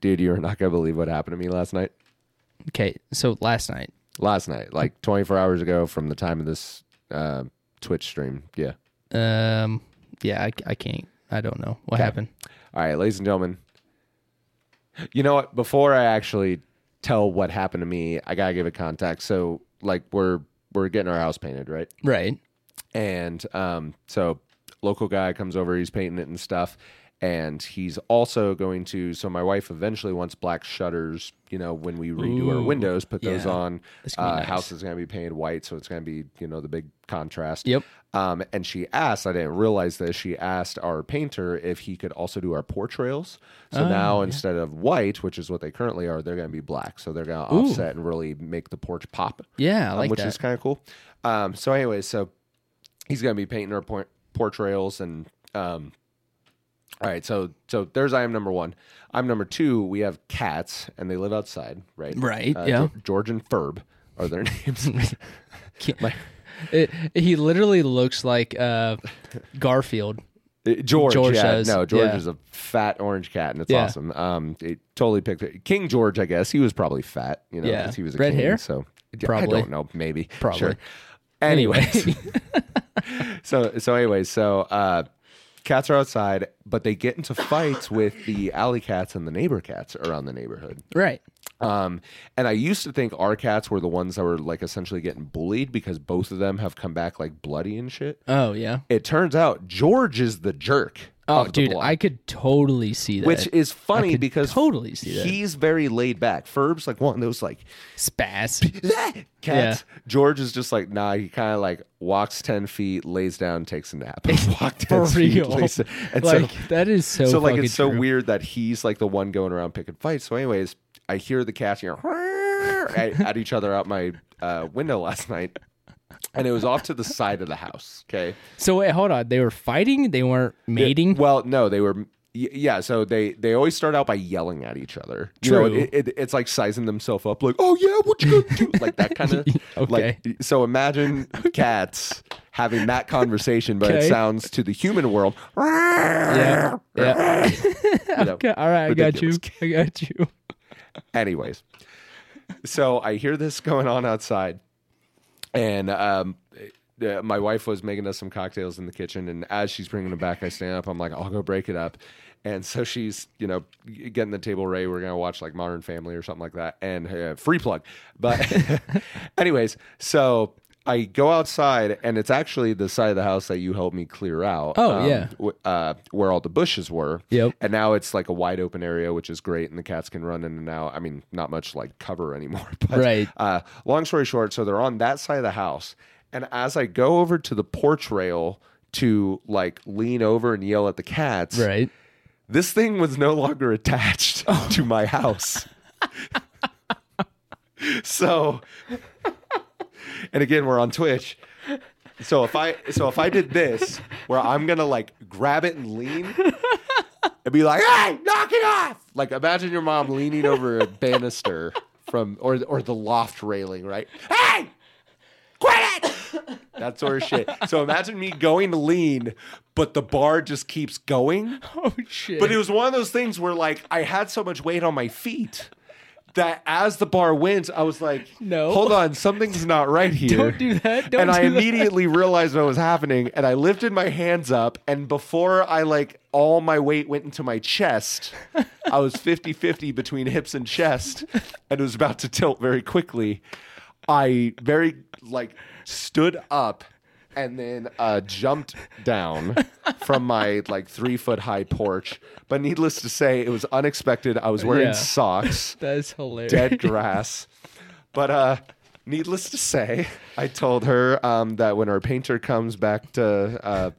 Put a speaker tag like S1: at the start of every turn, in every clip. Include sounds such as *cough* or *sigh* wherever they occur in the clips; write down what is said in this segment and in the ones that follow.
S1: dude, you're not gonna believe what happened to me last night.
S2: Okay, so last night.
S1: Last night, like 24 hours ago from the time of this uh, Twitch stream. Yeah.
S2: Um, yeah, I, I can't. I don't know what happened.
S1: All right, ladies and gentlemen. You know what? Before I actually tell what happened to me, I gotta give it context. So, like, we're we're getting our house painted, right?
S2: Right.
S1: and um, so local guy comes over he's painting it and stuff and he's also going to so my wife eventually wants black shutters you know when we redo our
S2: Ooh,
S1: windows put those
S2: yeah.
S1: on
S2: That's gonna
S1: uh,
S2: be nice.
S1: house is going to be painted white so it's going to be you know the big contrast
S2: Yep.
S1: um, and she asked i didn't realize this she asked our painter if he could also do our portrayals so
S2: Oh,
S1: now
S2: yeah.
S1: instead of white which is what they currently are they're going to be black so they're going to
S2: Ooh.
S1: offset and really make the porch pop
S2: Yeah, I
S1: um,
S2: like
S1: which
S2: that.
S1: is kind of cool. Um, so, anyways, so he's gonna be painting our por- portrayals and. Um, all right, so so there's I am number one. I'm number two. We have cats, and they live outside, right?
S2: Right, yeah.
S1: Ge- Uh, George and Ferb are their *laughs*
S2: *laughs*
S1: names. *laughs* My-
S2: It- he literally looks like uh, Garfield.
S1: Uh, George,
S2: George
S1: yeah,
S2: does,
S1: no, George
S2: yeah.
S1: is a fat orange cat, and it's
S2: Yeah.
S1: awesome. Um, it totally picked it. King George, I guess he was probably fat, you know,
S2: Yeah.
S1: 'cause he was a
S2: Red
S1: king,
S2: hair?
S1: So yeah, I
S2: Probably.
S1: don't know, maybe,
S2: Probably.
S1: Sure.
S2: Anyway.
S1: *laughs* Anyways, *laughs* so so anyways, so uh, cats are outside, but they get into fights with the alley cats and the neighbor cats around the neighborhood.
S2: *laughs* Right.
S1: Um, and I used to think our cats were the ones that were like essentially getting bullied because both of them have come back like bloody and shit.
S2: Oh yeah.
S1: It turns out George is the jerk.
S2: Oh,
S1: of the
S2: dude,
S1: block.
S2: I could totally see that.
S1: which is funny
S2: could
S1: because
S2: totally see that.
S1: he's very laid back. Ferb's like one of those like
S2: spaz.
S1: *laughs* cats. George is just like nah. He kind of like walks ten feet, lays down, takes a
S2: *laughs*
S1: nap. *laughs* Walk
S2: For
S1: ten feet,
S2: real.
S1: lays down. and
S2: like
S1: so
S2: that is so.
S1: so, like
S2: fucking
S1: it's so
S2: true.
S1: weird that he's like the one going around picking fights. So anyways, I hear the cats you know, *laughs* at, at each other out my uh, window last night, and it was off to the side of the house. Okay.
S2: So wait, hold on. They were fighting. They weren't mating.
S1: Well, no, they were. y- Yeah, so they they always start out by yelling at each other. You know,
S2: True.
S1: it, it, it's like sizing themselves up, like, "Oh yeah, what you
S2: *laughs*
S1: gonna do?" like that kind of.
S2: Okay.
S1: Like, so
S2: *laughs*
S1: imagine cats having that conversation, but it
S2: Okay.
S1: sounds to the human world. *laughs*
S2: yeah.
S3: *laughs*
S2: Yeah.
S1: you know.
S2: Okay, all right. I got you.
S1: ridiculous.
S2: I got you.
S1: Anyways, so I hear this going on outside, and um, uh, my wife was making us some cocktails in the kitchen. And as she's bringing them back, I stand up. I'm like, I'll go break it up. And so she's, you know, getting the table ready. We're gonna watch like Modern Family or something like that. And uh, free plug, but *laughs* anyways, so. I go outside, and it's actually the side of the house that you helped me clear out.
S2: Oh, yeah.
S1: w- uh, where all the bushes were.
S2: Yep.
S1: And now it's like a wide open area, which is great, and the cats can run in and out. I mean, not much like cover anymore. *laughs* But
S2: Right.
S1: uh, long story short, so they're on that side of the house, and as I go over to the porch rail to like lean over and yell at the cats,
S2: Right.
S1: this thing was no longer attached to my house. so, and again, we're on Twitch. So if I so if I did this, where I'm gonna like grab it and lean and be like, "Hey, knock it off!" Like imagine your mom leaning over a banister from or or the loft railing, right? Hey, quit it! That sort of shit. So imagine me going to lean, but the bar just keeps going.
S2: Oh shit.
S1: But it was one of those things where like I had so much weight on my feet that as the bar wins, I was like,
S2: No.
S1: hold on, something's not right
S2: *laughs*
S1: here."
S2: Don't do that. Don't
S1: and I
S2: do that.
S1: immediately realized what was happening, and I lifted my hands up, and before I like all my weight went into my chest, I was 50-50 between hips and chest, and was about to tilt very quickly. I very like stood up and then uh, jumped down from my like three foot high porch. But needless to say, it was unexpected. I was wearing
S2: Yeah.
S1: socks
S2: That's hilarious.
S1: dead grass. But uh, needless to say, I told her um, that when our painter comes back to uh,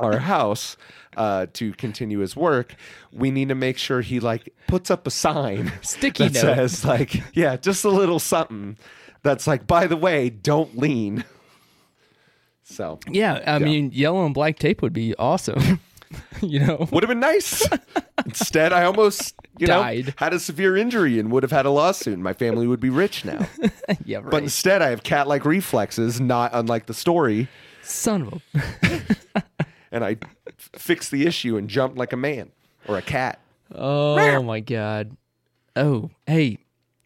S1: our house uh, to continue his work, we need to make sure he like puts up a sign
S2: Sticky
S1: that
S2: note.
S1: says like, yeah, just a little something that's like, by the way, don't lean. So
S2: Yeah, I mean, yellow and black tape would be
S3: *laughs*
S2: awesome. you know,
S1: would have been nice. Instead, I almost you know
S2: Died.
S1: had a severe injury and would have had a lawsuit. and My family would be rich now.
S2: yeah, right.
S1: But instead, I have cat like reflexes, not unlike the story,
S2: Son of
S3: *laughs*
S2: a.
S1: and I f- fix the issue and jump like a man or a cat.
S2: Oh my god,
S3: Oh, hey,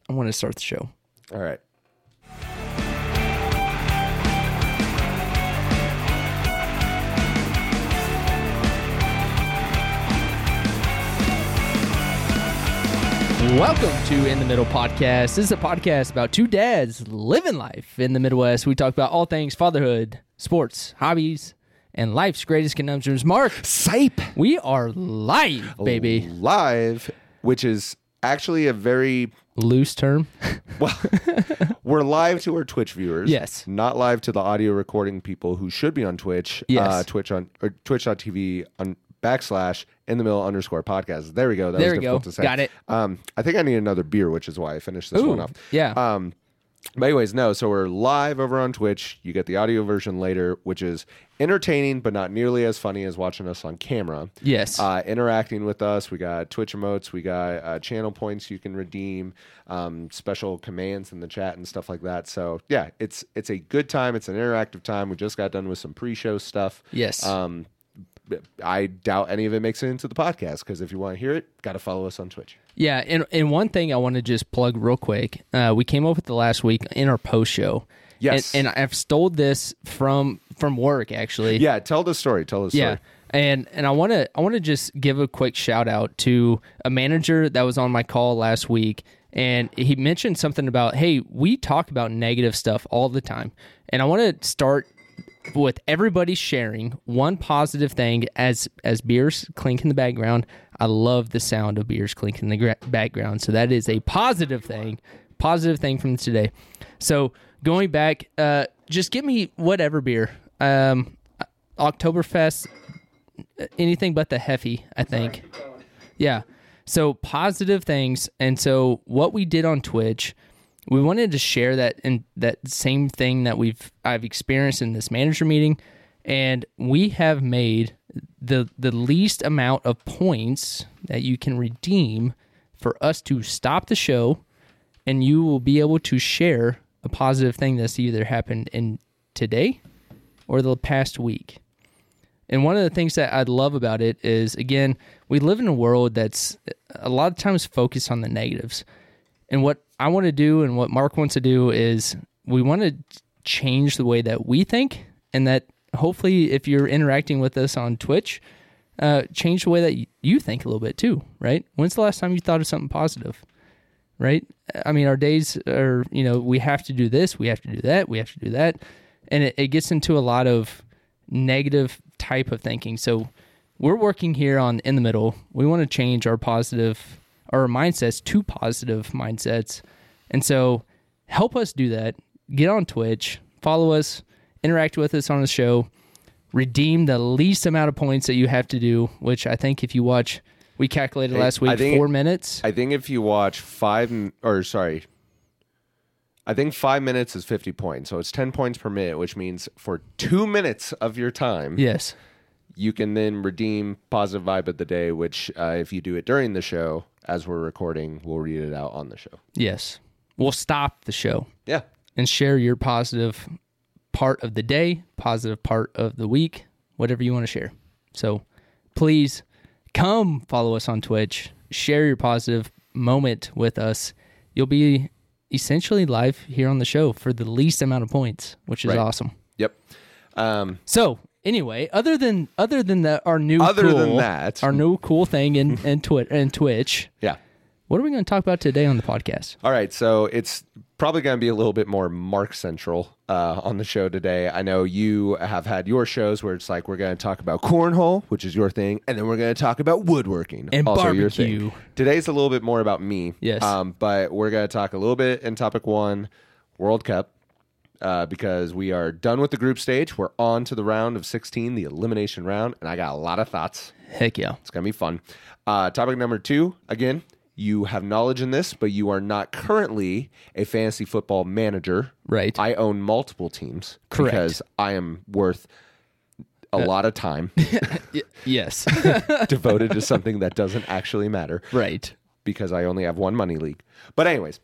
S3: I want to start the show.
S1: All right.
S3: Welcome to In the Middle Podcast. This is a podcast about two dads living life in the Midwest. We talk about all things fatherhood, sports, hobbies, and life's greatest conundrums. Mark,
S1: Sipe.
S3: we are live, baby.
S1: Live, which is actually a very
S3: Loose term.
S1: well, we're live to our Twitch viewers.
S3: Yes.
S1: Not live to the audio recording people who should be on Twitch.
S3: Yes.
S1: Uh, Twitch on or twitch.tv on backslash in the middle underscore podcast. There we go. That
S3: There
S1: was
S3: we
S1: difficult
S3: go.
S1: to say.
S3: Got it.
S1: Um, I think I need another beer, which is why I finished this one
S3: Ooh,
S1: off.
S3: yeah.
S1: Um, but anyways, no. So we're live over on Twitch. You get the audio version later, which is entertaining but not nearly as funny as watching us on camera.
S3: Yes.
S1: Uh, interacting with us, we got Twitch emotes, we got uh, channel points you can redeem, um, special commands in the chat and stuff like that. So yeah, it's it's a good time. It's an interactive time. We just got done with some pre-show stuff.
S3: yes.
S1: Um, but I doubt any of it makes it into the podcast because if you want to hear it, got to follow us on Twitch.
S3: Yeah, and and one thing I want to just plug real quick. Uh, we came up with the last week in our post show.
S1: Yes.
S3: and, and I've stole this from from work actually.
S1: Yeah, tell the story. Tell the story.
S3: yeah. And and I want to I want to just give a quick shout out to a manager that was on my call last week, and he mentioned something about hey we talk about negative stuff all the time, and I want to start with everybody sharing one positive thing as as beers clink in the background. I love the sound of beers clink in the gra- background, so that is a positive thing, positive thing from today. So going back, uh, just give me whatever beer. Um, Oktoberfest, anything but the Heffy, I think. Yeah. So positive things. And so what we did on Twitch, we wanted to share that and that same thing that we've I've experienced in this manager meeting. And we have made the the least amount of points that you can redeem for us to stop the show and you will be able to share a positive thing that's either happened in today or the past week. And one of the things that I love about it is, again, we live in a world that's a lot of times focused on the negatives. And what I want to do and what Mark wants to do is we want to change the way that we think, and that hopefully, if you're interacting with us on Twitch, uh, change the way that y- you think a little bit too, right? When's the last time you thought of something positive, right? I mean, our days are, you know, we have to do this, we have to do that, we have to do that. And it, it gets into a lot of negative type of thinking. So we're working here on in the middle. We want to change our positive our mindsets to positive mindsets. And so help us do that. Get on Twitch, follow us, interact with us on the show, redeem the least amount of points that you have to do, which I think if you watch we calculated
S1: Hey,
S3: last
S1: I
S3: week
S1: think-
S3: four minutes.
S1: I think if you watch five m- or sorry, I think five minutes is fifty points, so it's ten points per minute, which means for two minutes of your time,
S3: yes.
S1: you can then redeem positive vibe of the day. Which, uh, if you do it during the show, as we're recording, we'll read it out on the show.
S3: Yes. We'll stop the show.
S1: Yeah,
S3: and share your positive part of the day, positive part of the week, whatever you want to share. So please come follow us on Twitch, share your positive moment with us. You'll be essentially live here on the show for the least amount of points, which is
S1: Right.
S3: awesome.
S1: yep. Um,
S3: So anyway, other than other than that, our new
S1: Other than
S3: cool-
S1: that-
S3: our new cool thing in in, Twi- in Twitch.
S1: yeah.
S3: What are we going to talk about today on the podcast?
S1: All right, so it's probably going to be a little bit more Mark central uh, on the show today. I know you have had your shows where it's like we're going to talk about cornhole, which is your thing, and then we're going to talk about woodworking
S3: And
S1: also Your
S3: barbecue.
S1: thing. Today's a little bit more about me.
S3: Yes.
S1: um, but we're going to talk a little bit in topic one, World Cup. Uh, because we are done with the group stage. We're on to the round of 16, the elimination round, and I got a lot of thoughts.
S3: Heck yeah!
S1: It's gonna be fun. Uh, topic number two. Again, you have knowledge in this, but you are not currently a fantasy football manager.
S3: Right.
S1: I own multiple teams.
S3: Correct. Uh,
S1: Because I am worth a lot of
S3: *laughs*
S1: time
S3: yes. *laughs*
S1: devoted to something that doesn't actually matter
S3: right.
S1: because I only have one money league. But anyways,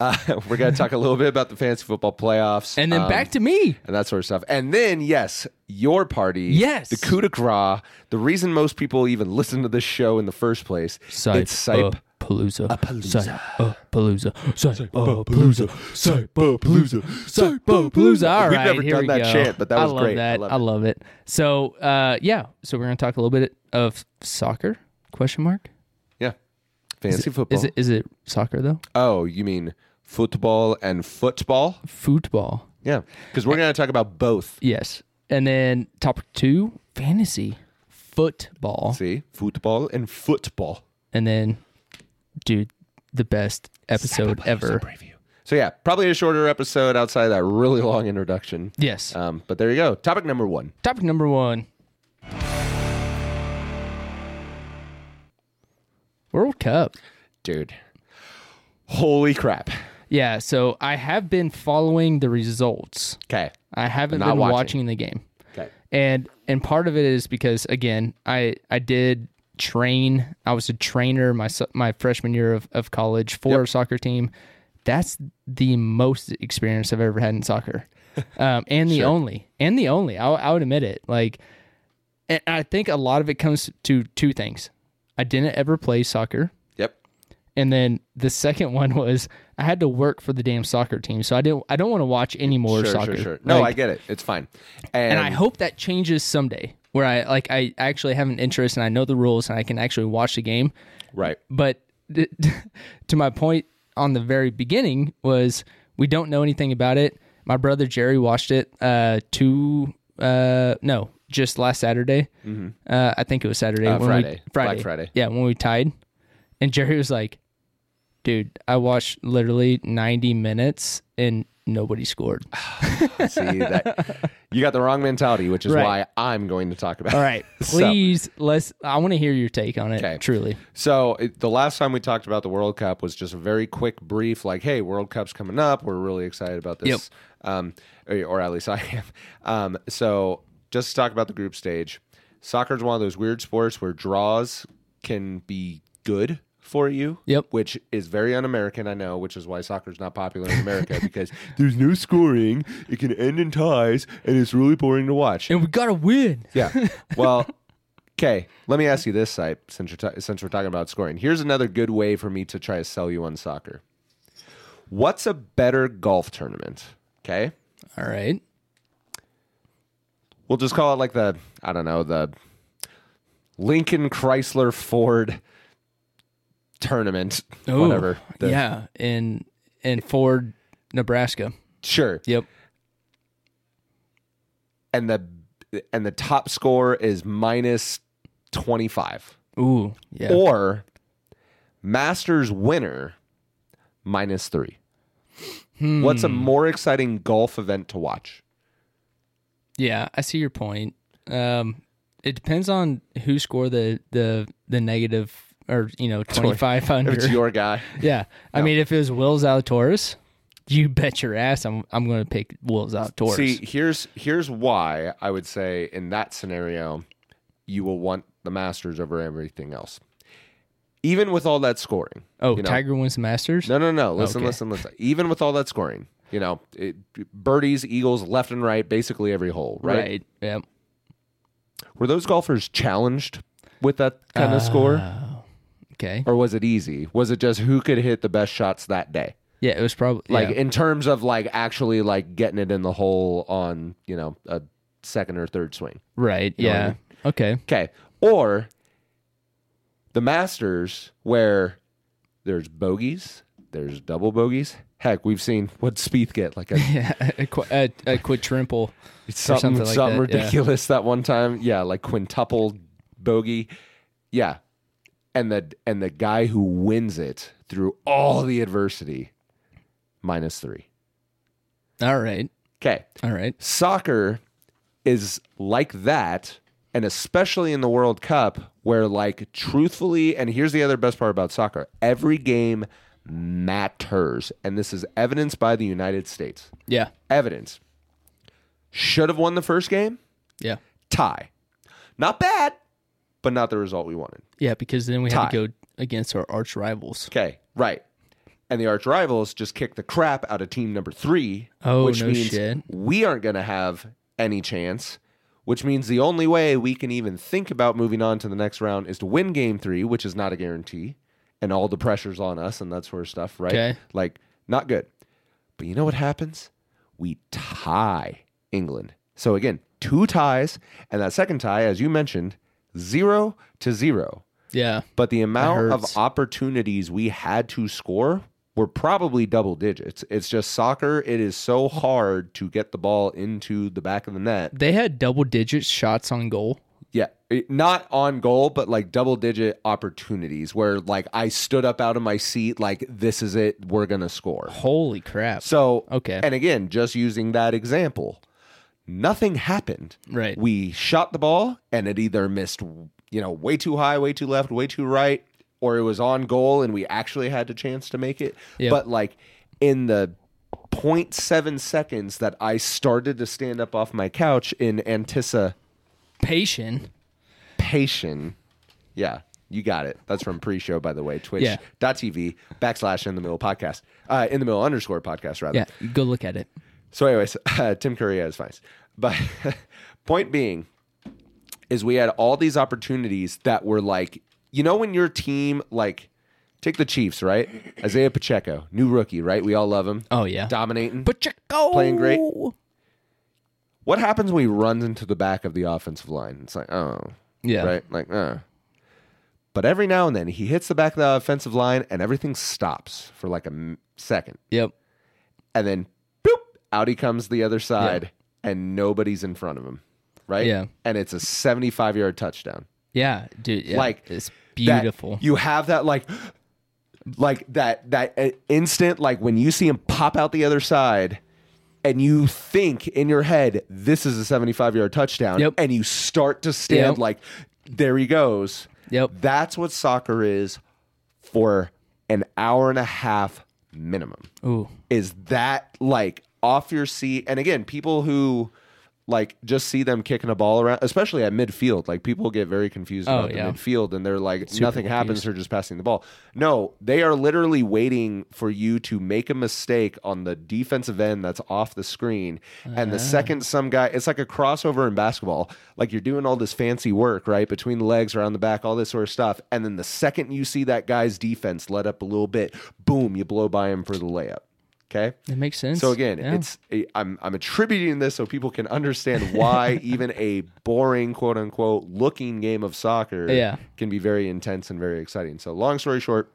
S1: uh, *laughs* we're gonna talk a little bit about the fantasy football playoffs
S3: And then
S1: um,
S3: back to me.
S1: and that sort of stuff. And then, yes, your party,
S3: Yes.
S1: the coup de grace, the reason most people even listen to this show in the first place,
S3: Sype
S1: it's Sype
S3: up palooza, a
S1: uh, palooza. uh,
S3: a palooza, a palooza, uh, palooza, palooza. All
S1: We've
S3: right,
S1: never
S3: here
S1: done
S3: we
S1: that
S3: go.
S1: chant, but that was
S3: I love
S1: great. I
S3: That. I
S1: love
S3: love,
S1: it.
S3: it. So, uh, yeah. So we're gonna talk a little bit of soccer? Question mark.
S1: Yeah. Fancy football.
S3: Is it is it soccer though?
S1: Oh, you mean football and football?
S3: Football.
S1: Yeah. Because we're going to talk about both.
S3: Yes. And then topic two, fantasy football.
S1: See? Football and football.
S3: And then, dude, the best episode ever.
S1: So, yeah, probably a shorter episode outside of that really long introduction.
S3: Yes.
S1: Um, but there you go. Topic number one.
S3: topic number one. World Cup.
S1: Dude. Holy crap.
S3: Yeah, so I have been following the results.
S1: Okay.
S3: I haven't
S1: Not
S3: been
S1: watching.
S3: watching the game.
S1: Okay.
S3: and and part of it is because again i i did train i was a trainer my so- my freshman year of, of college for a soccer team that's the most experience i've ever had
S1: *laughs*
S3: in soccer um, and the only and the only I, I would admit it like and i think a lot of it comes to two things i didn't ever play soccer
S1: Yep.
S3: and then the second *laughs* one was I had to work for the damn soccer team, so I didn't. I don't want to watch any more
S1: Sure,
S3: soccer.
S1: sure, sure. No,
S3: Like,
S1: I get it. It's fine.
S3: and I hope that changes someday where I like I actually have an interest and I know the rules and I can actually watch the game.
S1: Right.
S3: But th- *laughs* to my point on the very beginning was we don't know anything about it. My brother Jerry watched it uh two uh no, just last Saturday. Uh I think it was Saturday
S1: Mm-hmm. Uh,
S3: when we-
S1: Friday. Black
S3: Friday.
S1: Friday.
S3: Yeah, when we tied. And Jerry was like, "Dude, I watched literally 90 minutes and nobody scored."
S1: See that you got the wrong mentality, which is
S3: Right.
S1: why I'm going to talk about.
S3: All right,
S1: *laughs* So-
S3: please let's. I want to hear your take on it.
S1: Okay.
S3: Truly,
S1: So it, the last time we talked about the World Cup was just a very quick brief, like, "Hey, World Cup's coming up. We're really excited about this."
S3: Yep.
S1: Um, or, or at least I am. Um, so just to talk about the group stage, soccer is one of those weird sports where draws can be good for you.
S3: Yep.
S1: Which is very un-American, I know. Which is why soccer's not popular in
S3: *laughs*
S1: America because there's no scoring. It can end in ties, and it's really boring to watch.
S3: and we gotta win. *laughs*
S1: Yeah. Well, okay. Let me ask you this, site since you're ta- since we're talking about scoring. Here's another good way for me to try to sell you on soccer. What's a better golf tournament? Okay,
S3: All right,
S1: we'll just call it like the I don't know the Lincoln Chrysler Ford tournament,
S3: Ooh,
S1: whatever. The-
S3: yeah, in in Ford, Nebraska.
S1: Sure.
S3: Yep.
S1: And the and the top score is minus twenty five.
S3: Ooh, yeah.
S1: or Masters winner minus three.
S3: Hmm.
S1: What's a more exciting golf event to watch?
S3: Yeah, I see your point. Um, it depends on who scored the the the negative or you know twenty five
S1: *laughs* If it's
S3: under.
S1: your guy,
S3: *laughs* Yeah, I mean, if it was Will Zalatoris, you bet your ass I'm I'm gonna pick Will Zalatoris.
S1: see here's here's why I would say in that scenario, you will want the Masters over everything else, even with all that scoring.
S3: oh,
S1: you know.
S3: Tiger wins the Masters.
S1: No, no, no. Listen,
S3: Okay.
S1: listen, listen. Even with all that scoring, you know, it, birdies, eagles, left and right, basically every hole,
S3: right.
S1: right?
S3: Yep.
S1: Were those golfers challenged with that kind of
S3: Ah.
S1: score?
S3: Okay.
S1: or was it easy? Was it just who could hit the best shots that day?
S3: Yeah, it was probably
S1: Like
S3: yeah.
S1: in terms of like actually like getting it in the hole on, you know, a second or third swing.
S3: Right.
S1: know what I
S3: yeah.
S1: mean?
S3: Okay.
S1: Okay. Or the Masters where there's bogeys, there's double bogeys. Heck, we've seen what Spieth get like a
S3: *laughs* Yeah. A, qu- a, a quadruple.
S1: something,
S3: something like
S1: something
S3: that, yeah.
S1: ridiculous that one time. Yeah, like quintuple bogey. Yeah. And the and the guy who wins it through all the adversity minus 3.
S3: All right.
S1: Okay.
S3: All right.
S1: Soccer is like that and especially in the World Cup where like truthfully and here's the other best part about soccer. Every game matters and this is evidenced by the United States.
S3: Yeah.
S1: Evidence. Should have won the first game.
S3: Yeah.
S1: tie. Not bad, but not the result we wanted.
S3: Yeah. Because then we
S1: Tie.
S3: had to go against our arch rivals.
S1: Okay, right. And the arch rivals just kicked the crap out of team number three,
S3: Oh,
S1: which
S3: no
S1: means
S3: shit.
S1: we aren't going to have any chance. Which means the only way we can even think about moving on to the next round is to win game three, which is not a guarantee, and all the pressure's on us and that sort of stuff, right?
S3: Okay.
S1: Like, not good. But you know what happens? We tie England. So again, two ties, and that second tie, as you mentioned, zero to zero.
S3: Yeah.
S1: But the amount of
S3: hurts.
S1: opportunities we had to score were probably double digits. It's just soccer, it is so hard to get the ball into the back of the net.
S3: They had double digit shots on goal.
S1: Yeah, it- not on goal, but like double digit opportunities where like I stood up out of my seat, like this is it, we're gonna score.
S3: Holy crap.
S1: So
S3: Okay.
S1: and again, just using that example, nothing happened.
S3: Right.
S1: We shot the ball and it either missed, you know, way too high, way too left, way too right, or it was on goal and we actually had a chance to make it.
S3: Yeah.
S1: But like in the 0.7 seconds that I started to stand up off my couch in anticipation
S3: Patient.
S1: patient. Yeah, you got it. That's from pre-show, by the way.
S3: Yeah.
S1: Twitch.tv backslash in the middle podcast. Uh, in the middle underscore podcast, rather.
S3: Yeah. Go look at it.
S1: So, anyways, *laughs* uh, Tim Curry is fine. But *laughs* point being is we had all these opportunities that were like, you know, when your team like take the Chiefs, right? Isaiah Pacheco, new rookie, right? We all love him.
S3: Oh, yeah.
S1: dominating.
S3: But you go.
S1: Playing great. what happens when he runs into the back of the offensive line? It's like, oh,
S3: Yeah.
S1: right, like, uh. But every now and then he hits the back of the offensive line, and everything stops for like a m- second,
S3: Yep.
S1: and then boop, out he comes the other side, and nobody's in front of him, right?
S3: Yeah.
S1: and it's a seventy-five yard touchdown.
S3: Yeah, dude. yeah.
S1: Like,
S3: it's
S1: That-
S3: beautiful.
S1: you have that like. Like that, that uh, instant, like when you see him pop out the other side, and you think in your head, "This is a seventy-five yard touchdown,"
S3: Yep.
S1: and you start to stand
S3: Yep.
S1: like, "There he goes."
S3: yep.
S1: That's what soccer is for an hour and a half minimum.
S3: Ooh.
S1: Is that like off your seat? And again, people who like just see them kicking a ball around, especially at midfield, like people get very confused about the
S3: yeah.
S1: midfield and they're like, nothing happens, they're just passing the ball. No, they are literally waiting for you to make a mistake on the defensive end that's off the screen. And the second some guy, it's like a crossover in basketball. Like you're doing all this fancy work, right? Between the legs, around the back, all this sort of stuff. And then the second you see that guy's defense let up a little bit, boom, you blow by him for the layup. Okay.
S3: That makes sense.
S1: So again,
S3: Yeah.
S1: it's i I'm I'm attributing this so people can understand
S3: *laughs*
S1: why even a boring quote unquote looking game of soccer
S3: Yeah.
S1: can be very intense and very exciting. So long story short,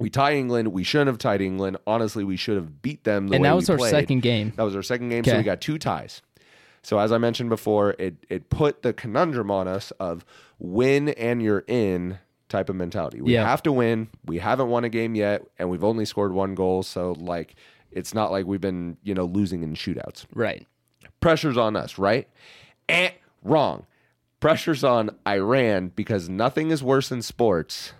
S1: we tie England. We shouldn't have tied England. Honestly, we should have beat them. The
S3: and
S1: way
S3: that
S1: we
S3: was our
S1: played.
S3: second game.
S1: That was our second game. So
S3: Okay.
S1: we got two ties. So as I mentioned before, it it put the conundrum on us of win and you're in type of mentality. We
S3: Yeah.
S1: have to win. We haven't won a game yet, and we've only scored one goal. So like, it's not like we've been you know losing in shootouts.
S3: Right.
S1: Pressure's on us, right? Eh, wrong. Pressure's on Iran because nothing is worse in sports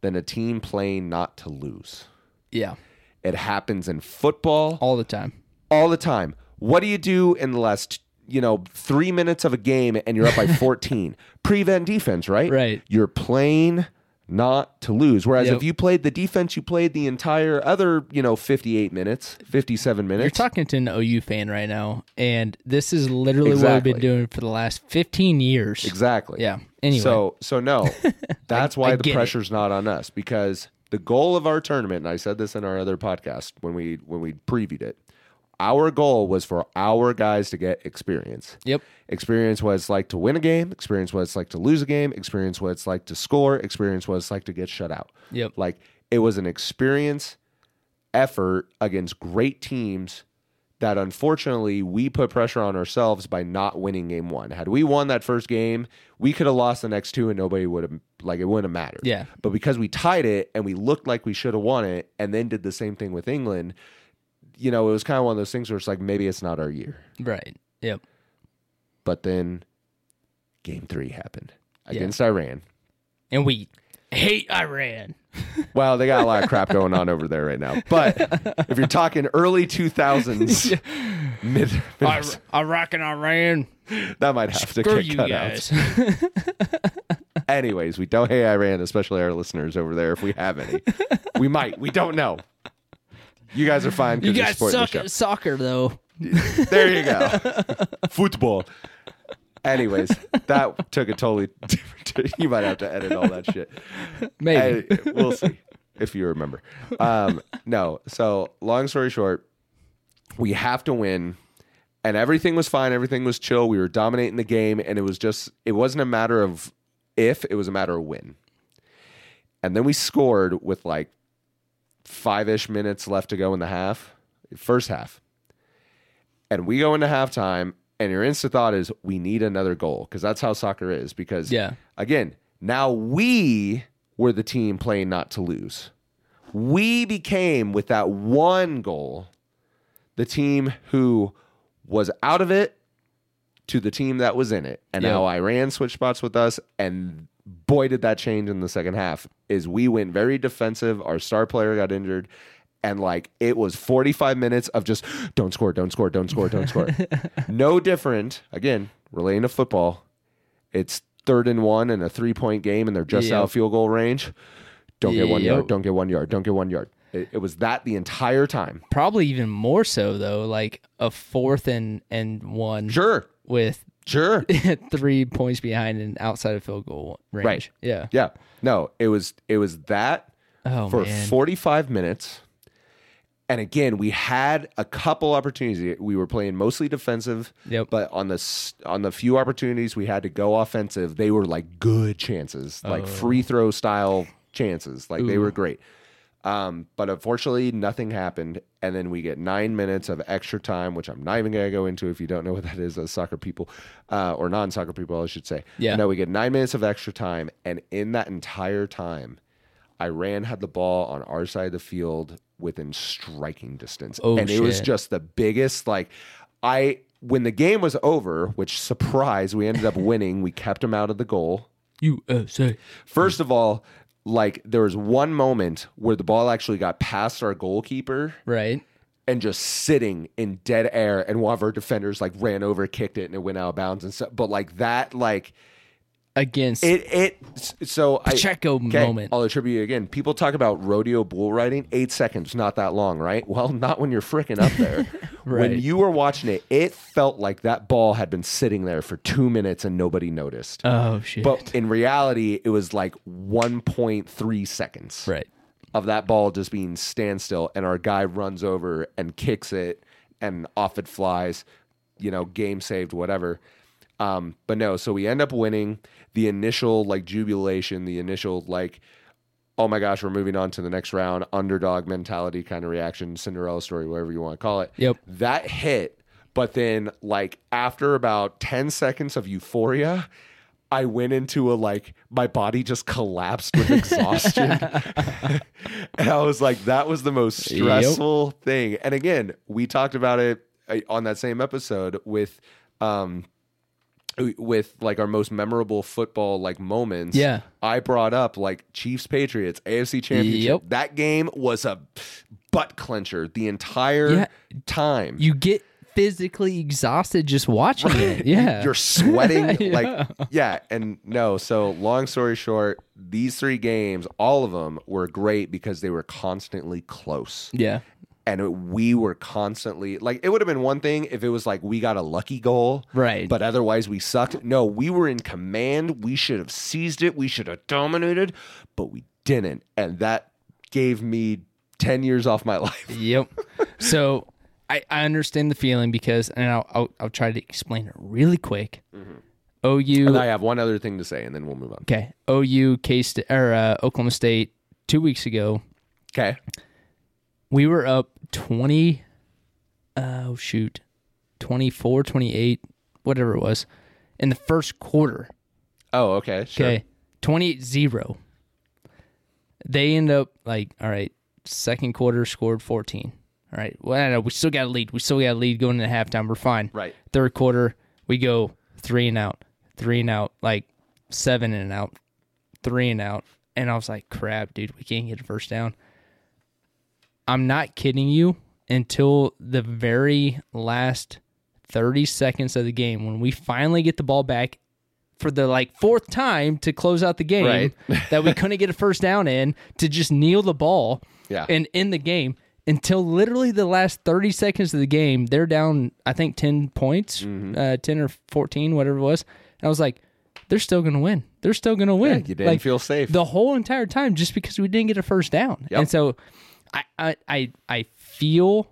S1: than a team playing not to lose.
S3: Yeah.
S1: It happens in football
S3: All the time.
S1: all the time. What do you do in the last, you know, three minutes of a game and you're
S3: *laughs*
S1: up by 14? Prevent defense, right?
S3: Right.
S1: You're playing not to lose. Whereas
S3: Yep.
S1: if you played the defense, you played the entire other, you know, 58 minutes, 57
S3: You're
S1: minutes.
S3: talking to an OU fan right now, and this is literally what we've
S1: Exactly.
S3: been doing for the last 15 years.
S1: exactly.
S3: Yeah. Anyway.
S1: So, so no, that's why
S3: *laughs* I
S1: the
S3: get it.
S1: pressure's not on us because the goal of our tournament, and I said this in our other podcast when we when we previewed it, our goal was for our guys to get experience.
S3: Yep.
S1: experience what it's like to win a game, experience what it's like to lose a game, experience what it's like to score, experience what it's like to get shut out.
S3: Yep.
S1: Like it was an experience effort against great teams that unfortunately we put pressure on ourselves by not winning game one. Had we won that first game, we could have lost the next two and nobody would have like it wouldn't have mattered.
S3: Yeah.
S1: But because we tied it and we looked like we should have won it and then did the same thing with England, you know, it was kind of one of those things where it's like maybe it's not our year.
S3: Right. Yep.
S1: But then game three happened
S3: Yeah.
S1: against Iran.
S3: And we hate Iran.
S1: Well, they got a lot of crap going on over there right now.
S3: *laughs*
S1: But if you're talking early 2000s, mid, mid-
S3: I, Iraq and Iran.
S1: that might have to
S3: Screw
S1: get
S3: you
S1: cut
S3: guys.
S1: out. Anyways, we don't hate Iran, especially our listeners over there, if we have any. we might. We don't know. You guys are fine. 'cause
S3: you
S1: you're
S3: guys
S1: supporting the
S3: suck
S1: show.
S3: *laughs* at soccer, though.
S1: There you go. Football. Anyways, that took a totally *laughs* different. You might have to edit all that shit.
S3: Maybe.
S1: I- we'll see *laughs* if you remember. Um, no. So, long story short, we have to win. And everything was fine. Everything was chill. We were dominating the game. And it was just, it wasn't a matter of if, it was a matter of when. And then we scored with like five ish minutes left to go in the half, first half. And we go into halftime. And your instant thought is, we need another goal because that's how soccer is. Because
S3: Yeah.
S1: again, now we were the team playing not to lose. We became, with that one goal, the team who was out of it to the team that was in it. And
S3: Yeah.
S1: now Iran switched spots with us. And boy, did that change in the second half. Is we went very defensive. Our star player got injured. And like it was 45 minutes of just don't score, don't score, don't score, don't score. no different. Again, relating to football, it's third and one in a three point game and they're just
S3: Yep.
S1: out of field goal range. Don't get one
S3: Yep.
S1: yard, don't get one yard, don't get one yard. It, it was that the entire time.
S3: Probably even more so though, like a fourth and and one
S1: Sure,
S3: with *laughs*
S1: sure.
S3: three points behind and outside of field goal range.
S1: Right.
S3: Yeah.
S1: Yeah. No, it was it was that
S3: Oh
S1: for
S3: man.
S1: 45 minutes. And again, we had a couple opportunities. We were playing mostly defensive,
S3: Yep.
S1: but on the s- on the few opportunities we had to go offensive, they were like good chances,
S3: Oh.
S1: like free throw style chances. Like they were great. Um, but unfortunately, nothing happened. And then we get nine minutes of extra time, which I'm not even going to go into if you don't know what that is as soccer people uh, or non soccer people, I should say.
S3: Yeah.
S1: No, we get nine minutes of extra time. And in that entire time, Iran had the ball on our side of the field within striking distance.
S3: Oh,
S1: and it was
S3: shit.
S1: just the biggest, like, I, when the game was over, which surprise, we
S3: *laughs*
S1: ended up winning, we kept them out of the goal.
S3: USA.
S1: First of all, like there was one moment where the ball actually got past our goalkeeper
S3: Right.
S1: and just sitting in dead air, and one of our defenders like ran over, kicked it, and it went out of bounds and stuff. But like that, like
S3: Against
S1: it, it. So I
S3: Pacheco
S1: Okay, Oh,
S3: moment.
S1: I'll attribute you again. People talk about rodeo bull riding. Eight seconds, not that long, right? *laughs* Well, not when you're freaking up there.
S3: *laughs* Right.
S1: When you were watching it, it felt like that ball had been sitting there for two minutes and nobody noticed.
S3: Oh shit.
S1: But in reality, it was like 1.3 seconds
S3: right.
S1: of that ball just being standstill, and our guy runs over and kicks it, and off it flies. You know, game saved, whatever. Um, but no, so we end up winning. The initial like jubilation, the initial like, oh my gosh, we're moving on to the next round, underdog mentality kind of reaction, Cinderella story, whatever you want to call it.
S3: Yep.
S1: That hit. But then, like, after about 10 seconds of euphoria, I went into a like, my body just collapsed with
S3: *laughs*
S1: exhaustion. and I was like, that was the most stressful thing. And again, we talked about it uh, on that same episode with, um, with like our most memorable football like moments.
S3: Yeah.
S1: I brought up like Chiefs Patriots AFC Championship.
S3: Yep.
S1: That game was a butt clencher the entire
S3: Yeah.
S1: time.
S3: You get physically exhausted just watching it. Yeah.
S1: You're
S3: *laughs*
S1: sweating like yeah, and no. So long story short, these three games, all of them were great because they were constantly close.
S3: yeah.
S1: And it- we were constantly like it would have been one thing if it was like we got a lucky goal.
S3: Right.
S1: But otherwise we sucked. No, we were in command. We should have seized it. We should have dominated, but we didn't. And that gave me 10 years off my *laughs* life.
S3: Yep. So I, I understand the feeling because, and I'll, I'll, I'll try to explain it really quick.
S1: Mm-hmm. And
S3: OU,
S1: I have one other thing to say and then we'll move on.
S3: okay. OU, K State, or uh, Oklahoma State, two weeks ago,
S1: Okay.
S3: we were up 20, oh shoot, 24, 28, whatever it was, in the first quarter.
S1: Oh, okay. Sure.
S3: Okay. 28 0. They end up like, all right, second quarter scored 14. All right. Well, I don't know. We still got a lead. We still got a lead going into halftime. We're fine.
S1: Right.
S3: Third quarter, we go three and out, three and out, like seven and out, three and out. And I was like, crap, dude, we can't get a first down. I'm not kidding you until the very last 30 seconds of the game when we finally get the ball back for the like fourth time to close out the game
S1: Right. *laughs*
S3: that we couldn't get a first down in to just kneel the ball
S1: Yeah.
S3: and end the game until literally the last 30 seconds of the game. They're down, I think, 10 points,
S1: Mm-hmm.
S3: uh, 10 or 14, whatever it was. And I was like, they're still going to win. They're still going to win.
S1: you didn't
S3: Like,
S1: feel safe.
S3: The whole entire time just because we didn't get a first down.
S1: Yep.
S3: And so I, I, I, I feel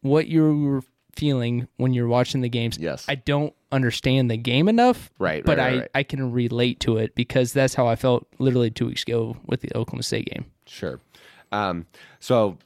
S3: what you were feeling when you're watching the games.
S1: Yes.
S3: I don't understand the game enough.
S1: Right,
S3: But
S1: right, right,
S3: I,
S1: right.
S3: I can relate to it because that's how I felt literally two weeks ago with the Oklahoma State game.
S1: Sure. Um, so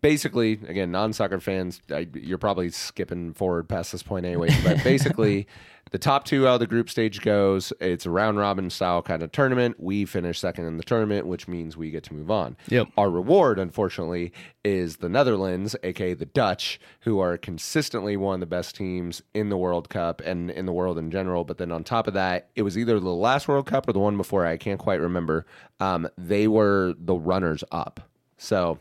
S1: basically, again, non-soccer fans, I, you're probably skipping forward past this point anyway. But basically, the top two out of the group stage goes. It's a round robin style kind of tournament. We finish second in the tournament, which means we get to move on.
S3: Yep.
S1: Our reward, unfortunately, is the Netherlands, aka the Dutch, who are consistently one of the best teams in the World Cup and in the world in general. But then on top of that, it was either the last World Cup or the one before. I can't quite remember. Um, they were the runners up. So,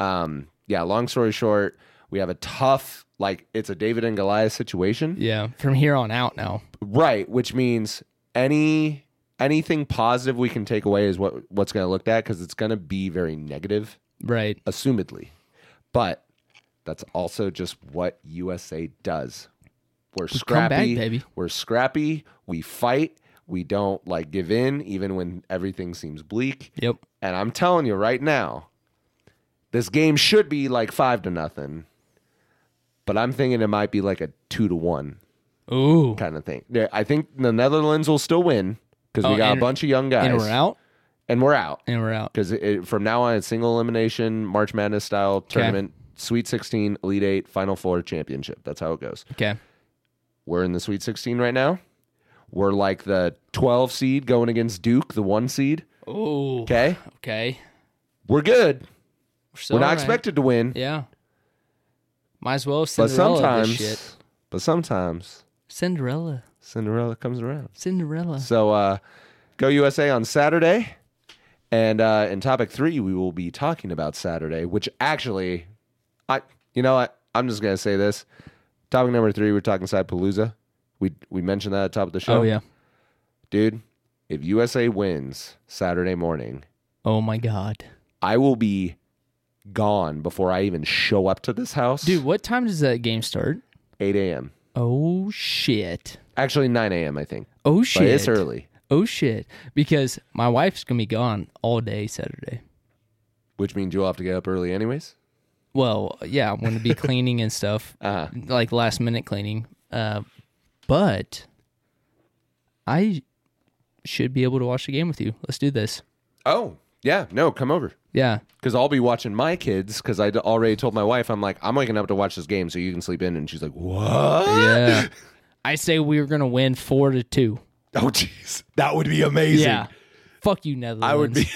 S1: um, yeah. Long story short, we have a tough, like it's a David and Goliath situation.
S3: Yeah. From here on out now.
S1: Right, which means any anything positive we can take away is what what's going to look at because it's going to be very negative,
S3: Right.
S1: assumedly. But that's also just what USA does. We're
S3: come back,
S1: scrappy,
S3: baby.
S1: We're scrappy. We fight. We don't like give in, even when everything seems bleak.
S3: Yep.
S1: And I'm telling you right now, this game should be like five to nothing. But I'm thinking it might be like a two to one
S3: Ooh.
S1: kind of thing. Yeah, I think the Netherlands will still win because we
S3: Oh,
S1: got a
S3: and-
S1: bunch of young guys,
S3: And we're out.
S1: and we're out
S3: And we're out.
S1: because from now on it's single elimination, March Madness style tournament, Sweet Sixteen, Elite Eight, Final Four, Championship. That's how it goes.
S3: Okay.
S1: We're in the Sweet Sixteen right now. We're like the 12 seed going against Duke, the one seed.
S3: Ooh.
S1: Okay,
S3: Okay.
S1: we're good.
S3: still
S1: we're not
S3: all right.
S1: expected to win,
S3: Yeah. Might as well
S1: but
S3: Cinderella
S1: sometimes,
S3: this shit.
S1: but sometimes
S3: Cinderella.
S1: Cinderella comes around.
S3: Cinderella.
S1: So uh, go USA on Saturday. And uh, in topic three, we will be talking about Saturday, which actually, I you know what? I'm just gonna say this. Topic number three, we're talking side Palooza. We we mentioned that at the top of the show.
S3: Oh yeah.
S1: dude. If USA wins Saturday morning,
S3: Oh my god.
S1: I will be gone before I even show up to this house.
S3: Dude, what time does that game start?
S1: eight a.m.
S3: Oh shit.
S1: Actually, nine a.m. I think,
S3: Oh
S1: but
S3: shit.
S1: it's early,
S3: Oh shit. Because my wife's gonna be gone all day Saturday.
S1: which means you'll have to get up early anyways.
S3: Well, yeah, I'm
S1: *laughs*
S3: gonna be cleaning and stuff.
S1: Uh-huh.
S3: Like last minute cleaning. Uh but I should be able to watch the game with you. Let's do this.
S1: Oh yeah, no, come over.
S3: Yeah.
S1: because I'll be watching my kids because I already told my wife I'm like I'm waking up to watch this game so you can sleep in and she's like what *laughs*
S3: Yeah. Uh, I say we were gonna win four to two.
S1: oh jeez that would be amazing
S3: Yeah. Fuck you, Netherlands.
S1: I would be *laughs*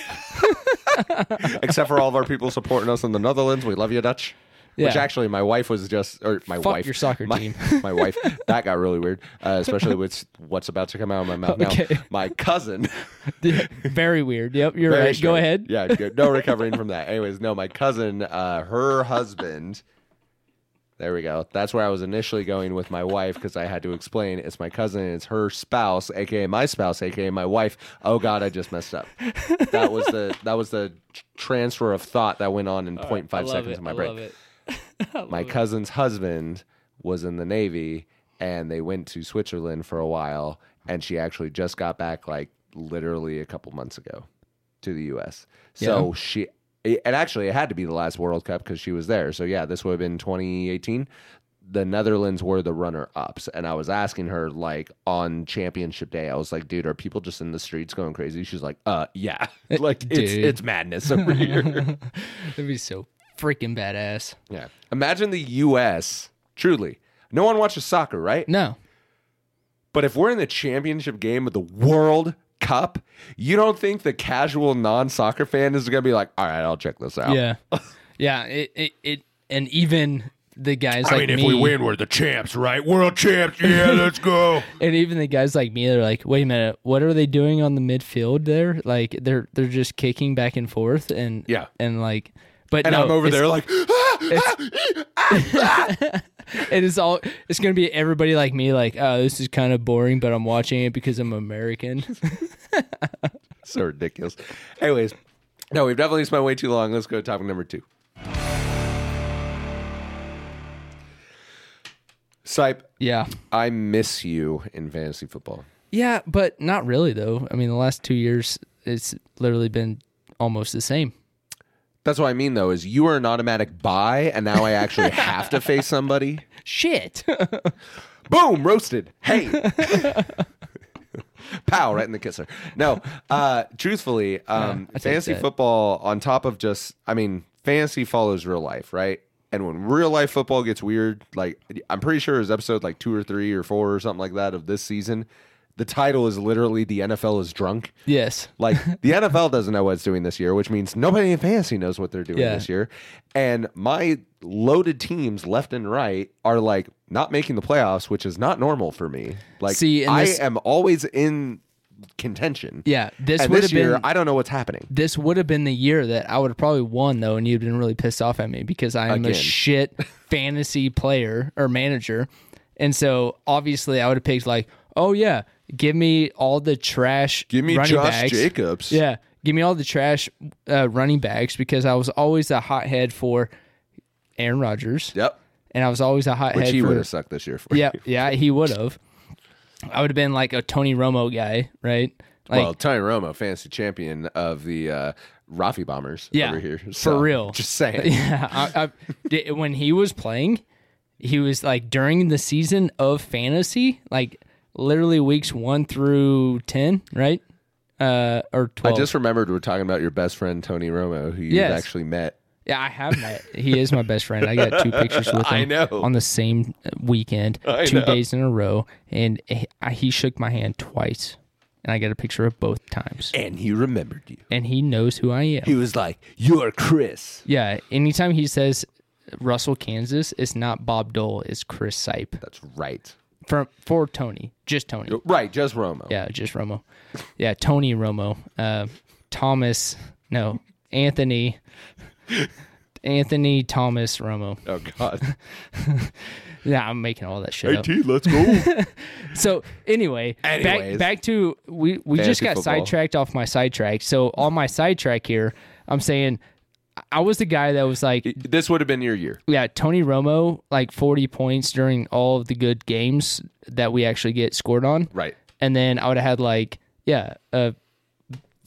S1: except for all of our people supporting us in the Netherlands we love you Dutch which
S3: Yeah.
S1: actually my wife was just or my
S3: Fuck
S1: wife
S3: your soccer
S1: my,
S3: team.
S1: *laughs* my wife that got really weird uh, especially with what's about to come out of my *laughs* mouth now
S3: Okay.
S1: my cousin
S3: *laughs* Very weird. Yep, you're
S1: Very
S3: right. Go
S1: strange.
S3: ahead.
S1: yeah good. no recovering from that anyways no my cousin uh, her husband There we go. That's where I was initially going with my wife because I had to explain it's my cousin, it's her spouse, aka my spouse, aka my wife. Oh God, I just messed up. that was the that was the tr- transfer of thought that went on in 0.5 seconds in my brain. My cousin's husband was in the Navy, and they went to Switzerland for a while, and she actually just got back like literally a couple months ago to the U.S. So she. It, and actually, it had to be the last World Cup because she was there. So yeah, this would have been 2018. The Netherlands were the runner-ups, and I was asking her like on Championship Day. I was like, "Dude, are people just in the streets going crazy?" She's like, "Uh, yeah, *laughs* like it's
S3: dude.
S1: it's madness over here."
S3: That'd be so freaking badass.
S1: Yeah. Imagine the U.S. Truly, no one watches soccer, right?
S3: No.
S1: But if we're in the championship game of the World Cup, you don't think the casual non-soccer fan is going to be like, "All right, I'll check this out."
S3: Yeah. *laughs* yeah. It, it, it, and even the guys like me,
S1: we're the champs, right? World champs.
S3: *laughs*
S1: Yeah, let's go.
S3: and even the guys like me, they're like, wait a minute, what are they doing on the midfield there? Like they're, they're just kicking back and forth and,
S1: Yeah.
S3: And like, but
S1: And
S3: no,
S1: I'm over
S3: it's-
S1: there like,
S3: *laughs*
S1: "Ah!"
S3: It is all, it's going to be everybody like me, like, oh, this is kind of boring, but I'm watching it because I'm American. *laughs*
S1: so ridiculous. Anyways, no, we've definitely spent way too long. Let's go to topic number two. Sipe,
S3: Yeah.
S1: I miss you in fantasy football.
S3: Yeah, but not really though. I mean, the last 2 years it's literally been almost the same.
S1: That's what I mean, though, is you are an automatic buy, and now I actually have to face somebody.
S3: Shit. *laughs*
S1: Boom, roasted. Hey. Pow, right in the kisser. No, uh, truthfully, um, fantasy
S3: that.
S1: football, on top of just, I mean, fantasy follows real life, right? And when real life football gets weird, like, I'm pretty sure it was episode like two or three or four or something like that of this season. The title is literally The NFL is Drunk.
S3: yes.
S1: Like
S3: *laughs*
S1: the NFL doesn't know what it's doing this year, which means nobody in fantasy knows what they're doing
S3: Yeah.
S1: this year. And my loaded teams left and right are like not making the playoffs, which is not normal for me. Like
S3: See, and
S1: I
S3: this-
S1: am always in contention.
S3: Yeah, this
S1: and
S3: would
S1: this
S3: have
S1: year
S3: been
S1: I don't know what's happening.
S3: this would have been the year that I would have probably won though, and you'd been really pissed off at me because I am a
S1: Again. *laughs*
S3: shit fantasy player or manager, and so obviously I would have picked like, oh yeah, give me all the trash, running backs.
S1: Jacobs.
S3: yeah, give me all the trash uh, running backs because I was always a hothead for Aaron Rodgers,
S1: Yep.
S3: and I was always a hothead
S1: Which he
S3: for
S1: would have sucked this year for
S3: yeah,
S1: you.
S3: yeah, he would have. I would have been like a Tony Romo guy, right? Like,
S1: well, Tony Romo, fantasy champion of the uh, Rafi Bombers
S3: Yeah,
S1: over here.
S3: for
S1: So,
S3: real.
S1: Just saying.
S3: *laughs* Yeah, I, I, di- when he was playing, he was like during the season of fantasy, like literally weeks one through ten, right? Uh, or
S1: I
S3: twelve.
S1: just remembered we're talking about your best friend Tony Romo, who you've
S3: Yes.
S1: actually met
S3: yeah, I have met. He is my best friend. I got two pictures with him.
S1: *laughs* I know.
S3: on the same weekend,
S1: I
S3: two
S1: know.
S3: days in a row, and he, I, he shook my hand twice, and I got a picture of both times.
S1: and he remembered you.
S3: And he knows who I am.
S1: He was like, "You're Chris."
S3: Yeah, anytime he says Russell, Kansas, it's not Bob Dole, it's Chris Sipe.
S1: That's right.
S3: for for Tony, just Tony.
S1: Right, just Romo.
S3: Yeah, just Romo. Yeah, Tony Romo. Uh, Thomas, no, Anthony, Anthony Thomas Romo.
S1: Oh *laughs* God.
S3: Yeah, I'm making all that shit up.
S1: let's *laughs* go.
S3: So anyway, back
S1: Anyways.
S3: back to we we just
S1: Fantasy
S3: got
S1: football.
S3: sidetracked off my sidetrack. So on my sidetrack here, I'm saying I was the guy that was like,
S1: this would have been your year.
S3: yeah, Tony Romo like 40 points during all of the good games that we actually get scored on.
S1: Right.
S3: and then I would have had like yeah, uh,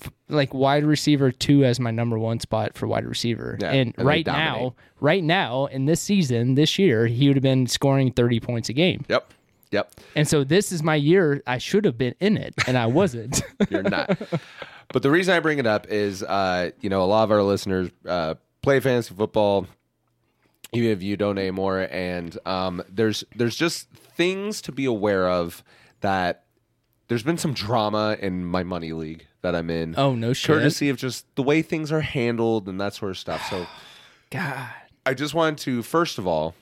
S3: f- like wide receiver two as my number one spot for wide receiver.
S1: Yeah,
S3: and,
S1: and they
S3: right
S1: dominate.
S3: now, right now in this season, this year, he would have been scoring thirty points a game.
S1: Yep. Yep.
S3: And so this is my year. I should have been in it, and
S1: *laughs*
S3: I wasn't.
S1: You're not. but the reason I bring it up is, uh, you know, a lot of our listeners uh, play fantasy football. Even if you don't anymore, and um, there's there's just things to be aware of that there's been some drama in my money league that I'm in.
S3: oh no shit!
S1: courtesy of just the way things are handled and that sort of stuff. So,
S3: God,
S1: *sighs* I just wanted to first of all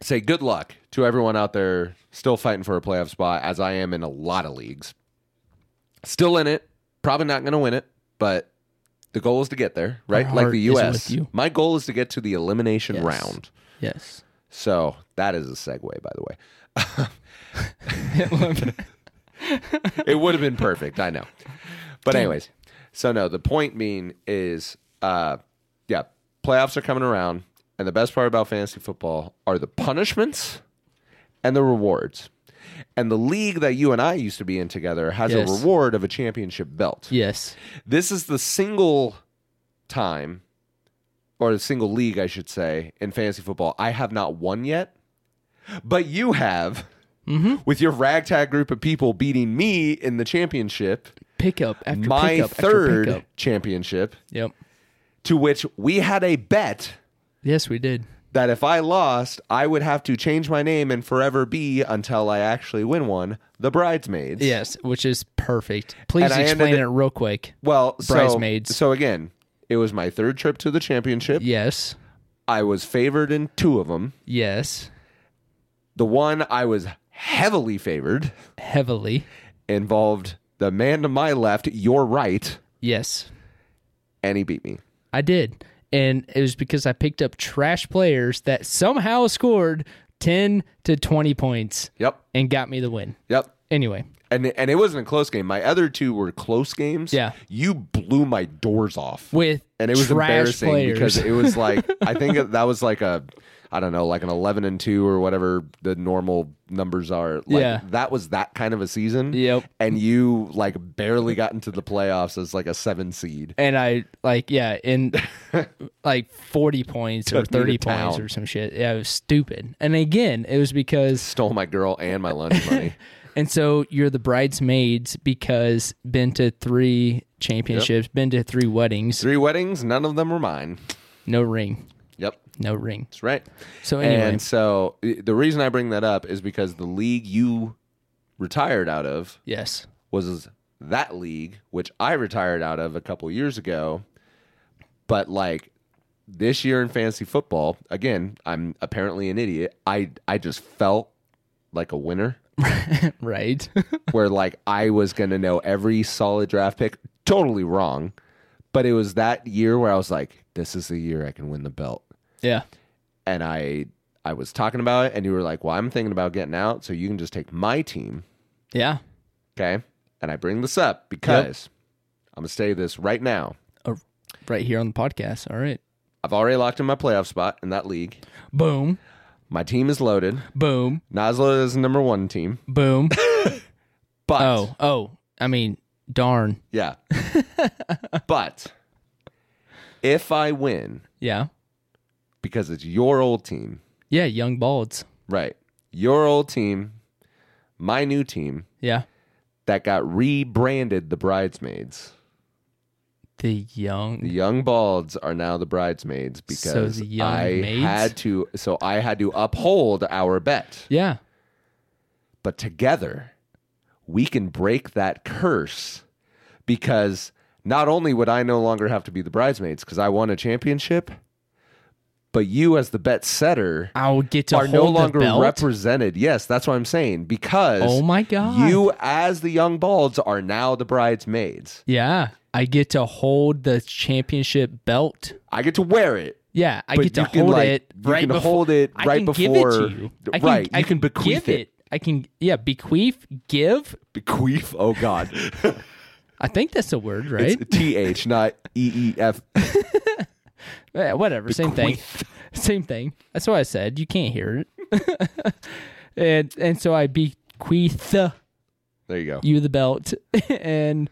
S1: say good luck to everyone out there still fighting for a playoff spot, as I am in a lot of leagues. Still in it, probably not going to win it, but the goal is to get there, right? Like
S3: heart
S1: the
S3: is
S1: U.S.
S3: with you.
S1: My goal is to get to the elimination
S3: Yes.
S1: round.
S3: yes. *laughs*
S1: So that is a segue, by the way. it would have been perfect. I know. But anyways, so no, the point being is uh yeah, playoffs are coming around and the best part about fantasy football are the punishments and the rewards. And the league that you and I used to be in together has
S3: Yes.
S1: a reward of a championship belt.
S3: Yes.
S1: This is the single time or the single league I should say in fantasy football I have not won yet, but you have.
S3: Mm-hmm.
S1: With your ragtag group of people beating me in the championship,
S3: Pickup after
S1: my
S3: pickup
S1: third
S3: after pickup.
S1: championship,
S3: Yep.
S1: to which we had a bet
S3: Yes, we did.
S1: that if I lost, I would have to change my name and forever be until I actually win one, the bridesmaids.
S3: Yes, which is perfect. Please
S1: And I ended
S3: explain
S1: it-
S3: it real quick.
S1: Well, so-
S3: Bridesmaids.
S1: So again, it was my third trip to the championship.
S3: Yes.
S1: I was favored in two of them.
S3: Yes.
S1: The one I was heavily favored
S3: Heavily.
S1: involved the man to my left, your right,
S3: Yes,
S1: and he beat me.
S3: I did. And it was because I picked up trash players that somehow scored 10 to 20 points
S1: Yep.
S3: and got me the win.
S1: Yep.
S3: Anyway,
S1: And and it wasn't a close game. My other two were close games.
S3: Yeah.
S1: You blew my doors off.
S3: with
S1: and it was
S3: trash
S1: embarrassing
S3: players. *laughs*
S1: because it was like I think that was like a I don't know, like an 11 and 2 or whatever the normal numbers are. Like,
S3: Yeah.
S1: That was that kind of a season.
S3: Yep.
S1: And you like barely got into the playoffs as like a seven seed.
S3: and I like yeah,
S1: *laughs*
S3: in like forty points or
S1: Took me to
S3: thirty points
S1: town.
S3: or some shit. Yeah, it was stupid. And again, it was because
S1: Stole my girl and my lunch money.
S3: and so you're the bridesmaids because been to three championships, been to three weddings,
S1: Three weddings, none of them were mine.
S3: no ring,
S1: Yep.
S3: no ring.
S1: That's right.
S3: So anyway,
S1: And so i- the reason I bring that up is because the league you retired out of
S3: yes, *laughs*
S1: was that league, which I retired out of a couple years ago. But like this year in fantasy football, again, I'm apparently an idiot. I I just felt like a winner
S3: right.
S1: where like I was gonna know every solid draft pick. Totally wrong. But it was that year where I was like, this is the year I can win the belt
S3: yeah,
S1: and I I was talking about it, and you were like, "Well, I'm thinking about getting out, so you can just take my team."
S3: yeah.
S1: Okay, and I bring this up because I'm gonna say this right now.
S3: Uh, right here on the podcast. All right,
S1: I've already locked in my playoff spot in that league.
S3: boom,
S1: My team is loaded.
S3: boom,
S1: Not as loaded as the number one team, *laughs*
S3: boom.
S1: but
S3: oh, oh. I mean, darn.
S1: *laughs* yeah, but if I win
S3: Yeah,
S1: because it's your old team,
S3: yeah. Young balds.
S1: right? Your old team, my new team
S3: Yeah.
S1: that got rebranded the bridesmaids.
S3: The
S1: The
S3: young.
S1: young balds are now the bridesmaids because
S3: the young
S1: I
S3: maids?
S1: had to. So I had to uphold our bet.
S3: Yeah.
S1: But together, we can break that curse because not only would I no longer have to be the bridesmaids because I won a championship, but you as the bet setter
S3: I'll get to
S1: are
S3: hold
S1: no
S3: the
S1: longer
S3: belt.
S1: represented. Yes, that's what I'm saying. Because
S3: Oh my god.
S1: you as the young balds are now the bridesmaids.
S3: Yeah, I get to hold the championship belt.
S1: I get to wear it.
S3: Yeah, I
S1: But
S3: get to
S1: you can,
S3: hold
S1: like-
S3: it.
S1: you
S3: right
S1: can
S3: befo-
S1: hold it
S3: I
S1: right
S3: can
S1: before-
S3: Give it to you. I can,
S1: right,
S3: I
S1: you can bequeath
S3: give
S1: it.
S3: I can yeah bequeath give.
S1: Bequeath. Oh
S3: *laughs*
S1: God.
S3: I think that's the word, right?
S1: It's T H, not E E F.
S3: Eh, whatever, same *laughs* thing. Same thing. That's what I said. You can't hear it. *laughs* and and so I bequeath
S1: There you go.
S3: you the belt, *laughs* and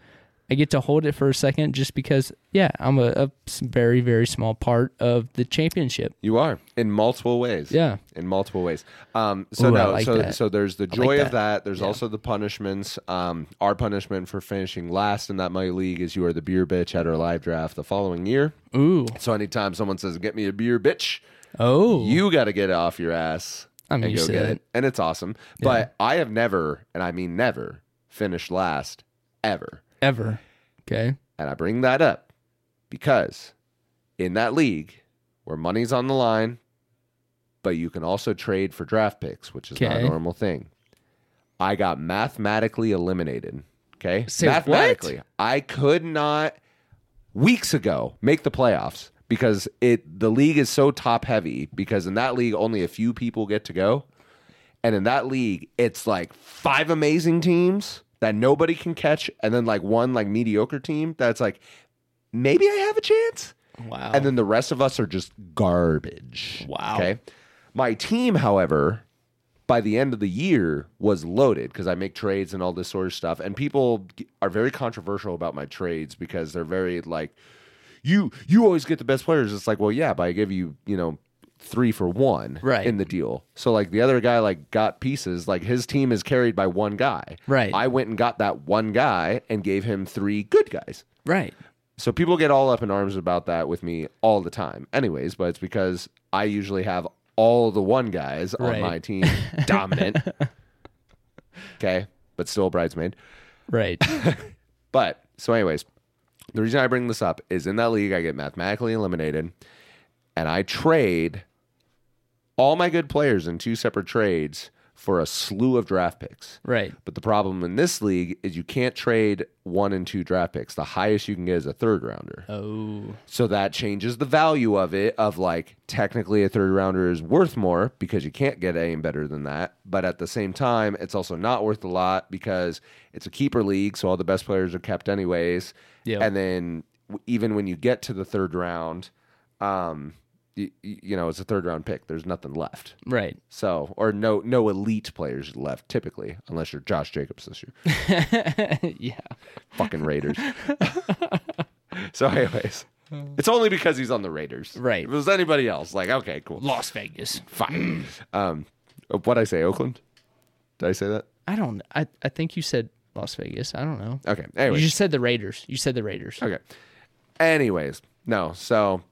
S3: I get to hold it for a second just because yeah I'm a, a s- very very small part of the championship.
S1: You are in multiple ways.
S3: Yeah.
S1: in multiple ways. Um, so
S3: Ooh, I
S1: no,
S3: like
S1: so
S3: that.
S1: so there's the joy
S3: that.
S1: of that. There's also the punishments. Um, our punishment for finishing last in that money league is you are the beer bitch at our live draft the following year.
S3: Ooh.
S1: So anytime someone says "Get me a beer, bitch,"
S3: Oh.
S1: you got to get it off your ass
S3: I'm
S1: and
S3: used
S1: go
S3: to
S1: get
S3: that.
S1: it, and it's awesome. But I have never, and I mean never, finished last ever.
S3: ever. Okay.
S1: And I bring that up because in that league where money's on the line, but you can also trade for draft picks, which is not a
S3: Okay.
S1: normal thing. I got mathematically eliminated. Okay.
S3: Say what?
S1: mathematically, I could not weeks ago make the playoffs because it the league is so top heavy because in that league only a few people get to go. And in that league, it's like five amazing teams that nobody can catch, and then like one like mediocre team that's like, maybe I have a chance.
S3: Wow.
S1: And then the rest of us are just garbage.
S3: Wow.
S1: Okay. My team, however, by the end of the year was loaded because I make trades and all this sort of stuff. And people g- are very controversial about my trades because they're very like, you you always get the best players. It's like, well, yeah, but I give you, you know, three for one
S3: Right.
S1: in the deal. So like the other guy like got pieces, like his team is carried by one guy.
S3: Right.
S1: I went and got that one guy and gave him three good guys.
S3: right.
S1: So people get all up in arms about that with me all the time. Anyways, but it's because I usually have all the one guys on
S3: Right.
S1: my team dominant. okay, but still a bridesmaid.
S3: Right.
S1: But so anyways, the reason I bring this up is in that league I get mathematically eliminated and I trade all my good players in two separate trades for a slew of draft picks.
S3: *laughs* right.
S1: But the problem in this league is you can't trade one and two draft picks. The highest you can get is a third rounder.
S3: Oh.
S1: So that changes the value of it of like technically a third rounder is worth more because you can't get anything better than that. But at the same time, it's also not worth a lot because it's a keeper league, so all the best players are kept anyways.
S3: Yeah.
S1: And then w- even when you get to the third round, um, you, you know, it's a third round pick. There's nothing left.
S3: Right. *laughs*
S1: So, or no, no elite players left typically, unless you're Josh Jacobs this year.
S3: yeah.
S1: Fucking Raiders. so, anyways, it's only because he's on the Raiders.
S3: Right.
S1: If it was anybody else, like, okay, cool,
S3: Las Vegas.
S1: fine. um, what I say, Oakland? Did I say that?
S3: I don't. I, I think you said Las Vegas. I don't know.
S1: Okay.
S3: You
S1: Anyways,
S3: just said the Raiders. You said the Raiders.
S1: Okay. Anyways, no. So,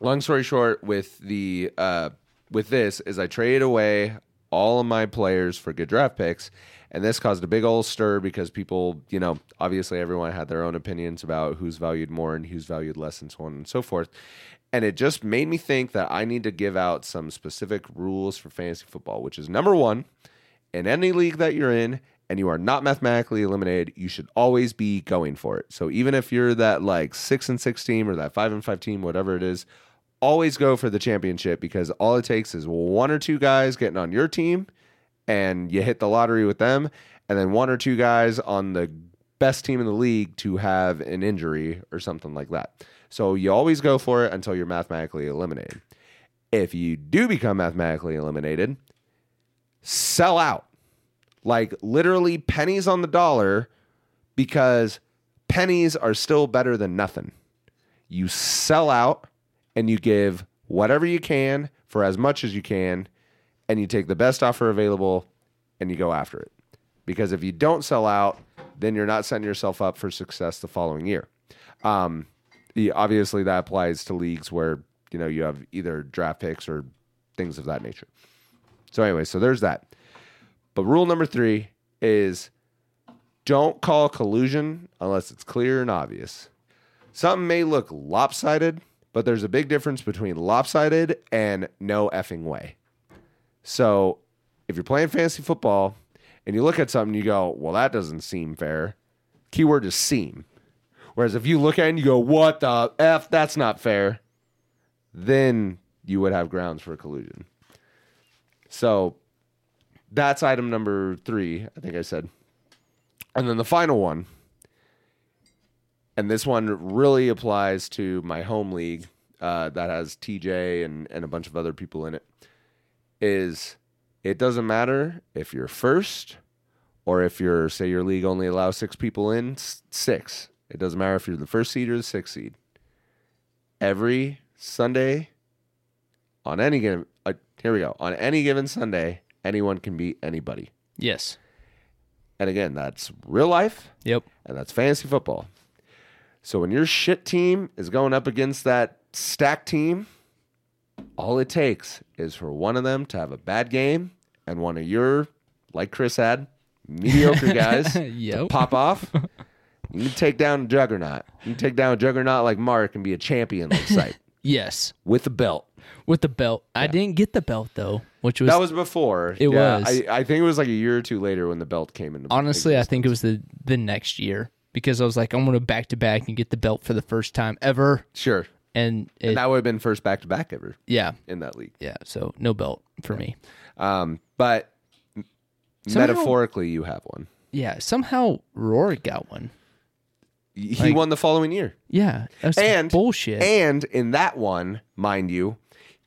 S1: long story short, with the uh, with this is I traded away all of my players for good draft picks, and this caused a big old stir because people, you know, obviously everyone had their own opinions about who's valued more and who's valued less, and so on and so forth. And it just made me think that I need to give out some specific rules for fantasy football, which is number one in any league that you're in and you are not mathematically eliminated, you should always be going for it. So even if you're that like six and six team or that five and five team, whatever it is, always go for the championship because all it takes is one or two guys getting on your team and you hit the lottery with them, and then one or two guys on the best team in the league to have an injury or something like that. So you always go for it until you're mathematically eliminated. If you do become mathematically eliminated, sell out like literally pennies on the dollar because pennies are still better than nothing. You sell out and you give whatever you can for as much as you can, and you take the best offer available and you go after it. Because if you don't sell out, then you're not setting yourself up for success the following year. Um, yeah, obviously, that applies to leagues where you know you have either draft picks or things of that nature. So, anyway, so there's that. But rule number three is don't call collusion unless it's clear and obvious. Something may look lopsided, but there's a big difference between lopsided and no effing way. So if you're playing fantasy football and you look at something, you go, well, that doesn't seem fair. Keyword is seem. Whereas if you look at it and you go, what the F, that's not fair, then you would have grounds for collusion. So that's item number three, I think I said. And then the final one, and this one really applies to my home league uh, that has TJ and, and a bunch of other people in it, is it doesn't matter if you're first or if you're, say, your league only allows six people in, s- six. It doesn't matter if you're the first seed or the sixth seed. Every Sunday, on any given uh, here we go on any given Sunday, anyone can beat anybody.
S3: Yes.
S1: And again, that's real life
S3: Yep.
S1: and that's fantasy football. So when your shit team is going up against that stack team, all it takes is for one of them to have a bad game and one of your, like Chris had, mediocre guys to
S3: Yep.
S1: pop off. You can take down a juggernaut. You can take down a juggernaut like Mark and be a champion like Sight
S3: Yes.
S1: with a belt.
S3: With the belt. I didn't get the belt though, which was,
S1: That was before.
S3: It
S1: Yeah,
S3: was.
S1: I, I think it was like a year or two later when the belt came into
S3: honestly I think it was the the next year because I was like I'm going to back to back and get the belt for the first time ever
S1: Sure.
S3: and, it,
S1: That would have been first back to back ever
S3: yeah.
S1: in that league.
S3: Yeah, so no belt for me.
S1: Um, but m-
S3: Somehow-
S1: metaphorically, you have one.
S3: Yeah, somehow Rory got one.
S1: He won the following year.
S3: Yeah, that's
S1: And
S3: bullshit.
S1: And in that one, mind you,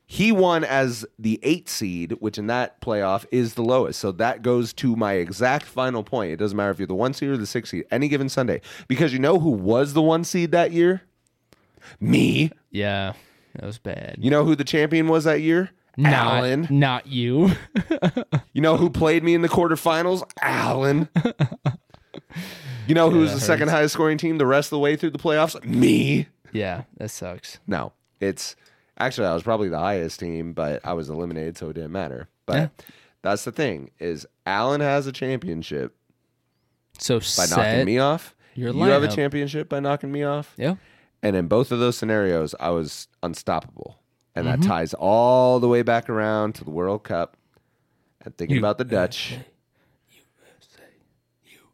S1: he won as the eight seed, which in that playoff is the lowest. So that goes to my exact final point. It doesn't matter if you're the one seed or the six seed, any given Sunday. Because you know who was the one seed that year? Me.
S3: yeah, that was bad.
S1: You know who the champion was that year?
S3: not,
S1: Allen.
S3: not you. *laughs*
S1: You know who played me in the quarterfinals?
S3: *laughs*
S1: Allen. you know who was the second highest scoring team the rest of the way through the playoffs? Me.
S3: yeah, that sucks.
S1: No, it's actually I was probably the highest team, but I was eliminated, so it didn't matter. But
S3: Yeah.
S1: that's the thing is Allen has a championship
S3: So
S1: by knocking
S3: set.
S1: me off.
S3: your
S1: you have a
S3: lineup.
S1: championship by knocking me off.
S3: Yeah,
S1: And in both of those scenarios, I was unstoppable. And
S3: Mm-hmm.
S1: that ties all the way back around to the World Cup and thinking about the Dutch.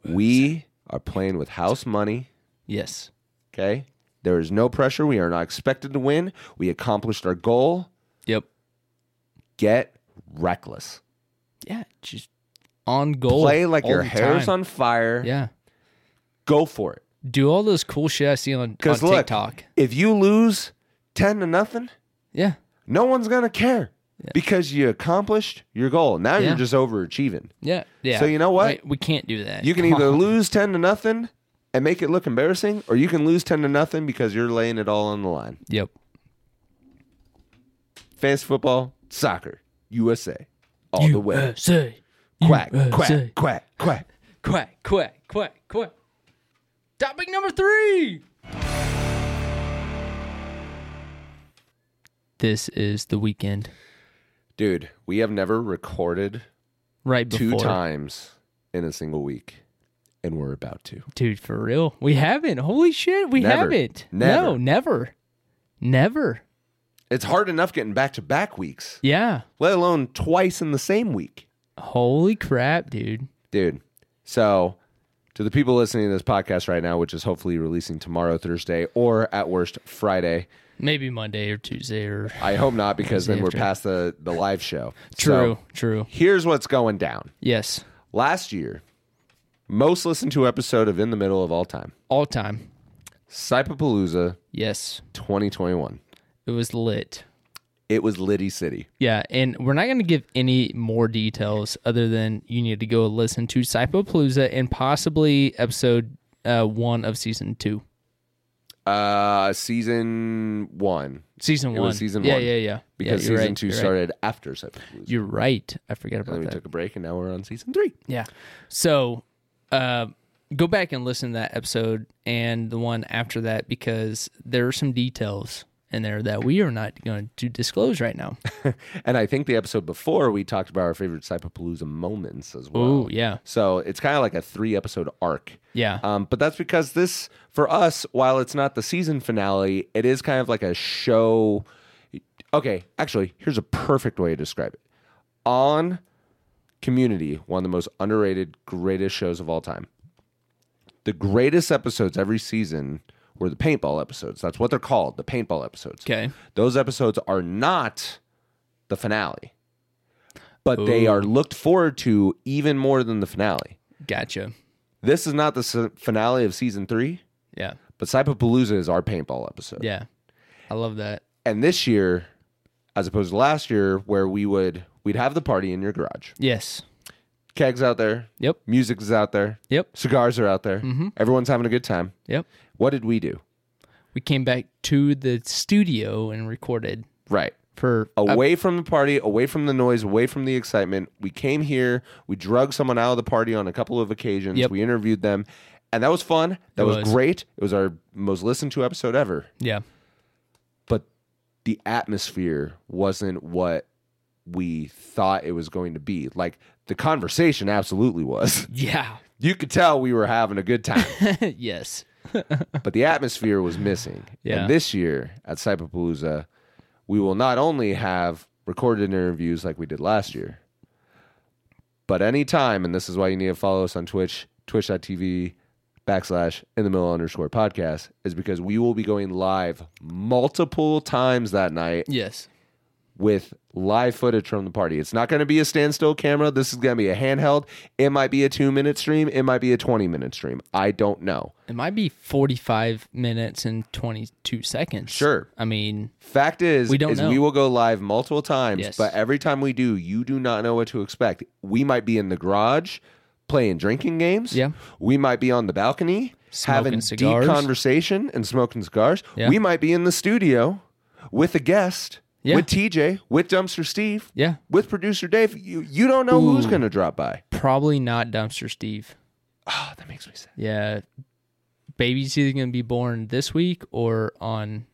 S1: We are playing with house money.
S3: yes,
S1: Okay. There is no pressure. We are not expected to win. We accomplished our goal.
S3: yep,
S1: Get reckless.
S3: yeah. Just on goal.
S1: Play like
S3: all
S1: your
S3: the
S1: hair's
S3: time.
S1: on fire.
S3: Yeah,
S1: Go for it.
S3: do all those cool shit I see on, on
S1: Because look,
S3: TikTok.
S1: if you lose 10 to nothing,
S3: Yeah,
S1: no one's gonna care because you accomplished your goal. Now
S3: Yeah.
S1: you're just overachieving.
S3: Yeah. Yeah.
S1: So you know what?
S3: Like, we can't do that.
S1: You can
S3: Come *laughs*
S1: either
S3: on.
S1: lose ten to nothing and make it look embarrassing, or you can lose ten to nothing because you're laying it all on the line.
S3: Yep.
S1: Fantasy football, soccer, USA, all the way.
S3: Say.
S1: Quack,
S3: USA.
S1: quack, quack, quack.
S3: Quack, quack, quack, quack. Topic number three. This is the weekend.
S1: Dude, we have never recorded
S3: Right
S1: two
S3: before.
S1: times in a single week, and we're about to.
S3: Dude, for real. We haven't. Holy shit. We
S1: Never.
S3: haven't.
S1: Never.
S3: No, never. Never.
S1: It's hard enough getting back to back weeks,
S3: Yeah.
S1: let alone twice in the same week.
S3: Holy crap, dude.
S1: Dude, so to the people listening to this podcast right now, which is hopefully releasing tomorrow, Thursday, or at worst, Friday,
S3: Maybe Monday or Tuesday or.
S1: I hope not because then we're
S3: after.
S1: past the, the live show. So,
S3: True, true.
S1: here's what's going down.
S3: Yes.
S1: Last year, most listened to episode of In the Middle of All Time,
S3: All time.
S1: Cypapalooza
S3: Yes.
S1: 2021.
S3: It was lit.
S1: It was Liddy City.
S3: Yeah, and we're not going to give any more details other than you need to go listen to Psychopalooza and possibly episode uh, one of season two.
S1: Uh, season one.
S3: Season
S1: It
S3: one.
S1: was season
S3: yeah,
S1: one.
S3: Yeah, yeah, yeah.
S1: Because
S3: you're
S1: season
S3: right,
S1: two
S3: you're right.
S1: started after Cypapalooza.
S3: You're right. I forget
S1: And then
S3: about
S1: we
S3: that.
S1: took a break, and now we're on season three.
S3: Yeah. So uh, go back and listen to that episode and the one after that because there are some details in there that we are not going to disclose right now.
S1: And I think the episode before we talked about our favorite Cypapalooza moments as well.
S3: Ooh, yeah. Uh,
S1: So it's kind of like a three episode arc.
S3: Yeah.
S1: Um, but that's because this, for us, while it's not the season finale, it is kind of like a show. Okay, actually, here's a perfect way to describe it. On Community, one of the most underrated, greatest shows of all time. The greatest episodes every season were the paintball episodes. That's what they're called, the paintball episodes.
S3: okay.
S1: Those episodes are not the finale, but they are looked forward to even more than the finale.
S3: Gotcha.
S1: This is not the s- finale of season three,
S3: Yeah.
S1: but Cypapalooza is our paintball episode.
S3: Yeah. I love that.
S1: And this year, as opposed to last year, where we would we'd have the party in your garage,
S3: Yes.
S1: kegs out there,
S3: Yep.
S1: music is out there,
S3: Yep.
S1: cigars are out there,
S3: Mm-hmm.
S1: everyone's having a good time.
S3: Yep.
S1: What did we do?
S3: We came back to the studio and recorded
S1: Right.
S3: for
S1: away from the party, away from the noise, away from the excitement. We came here, we drug someone out of the party on a couple of occasions.
S3: Yep.
S1: We interviewed them, and that was fun. That
S3: It
S1: was,
S3: was.
S1: great. It was our most listened to episode ever.
S3: yeah.
S1: But the atmosphere wasn't what we thought it was going to be. Like the conversation absolutely was. *laughs*
S3: Yeah.
S1: You could tell we were having a good time,
S3: *laughs* yes.
S1: but the atmosphere was missing.
S3: Yeah.
S1: And this year at Cyberpalooza, we will not only have recorded interviews like we did last year, But anytime, and this is why you need to follow us on Twitch, twitch.tv backslash in the middle underscore podcast, is because we will be going live multiple times that night
S3: Yes.
S1: with live footage from the party. It's not going to be a standstill camera. This is going to be a handheld. It might be a two minute stream. It might be a 20 minute stream. I don't know.
S3: It might be 45 minutes and 22 seconds.
S1: Sure.
S3: I mean,
S1: Fact is,
S3: We don't
S1: is
S3: know.
S1: we will go live multiple times,
S3: Yes.
S1: but every time we do, you do not know what to expect. We might be in the garage playing drinking games.
S3: Yeah.
S1: We might be on the balcony
S3: Smoking
S1: having
S3: cigars.
S1: deep conversation and smoking cigars.
S3: Yeah.
S1: We might be in the studio with a guest,
S3: Yeah.
S1: with TJ, with Dumpster Steve,
S3: yeah.
S1: with producer Dave. You, you don't know who's going to drop by.
S3: Probably not Dumpster Steve.
S1: Oh, that makes me sad.
S3: Yeah. Baby's either going to be born this week or on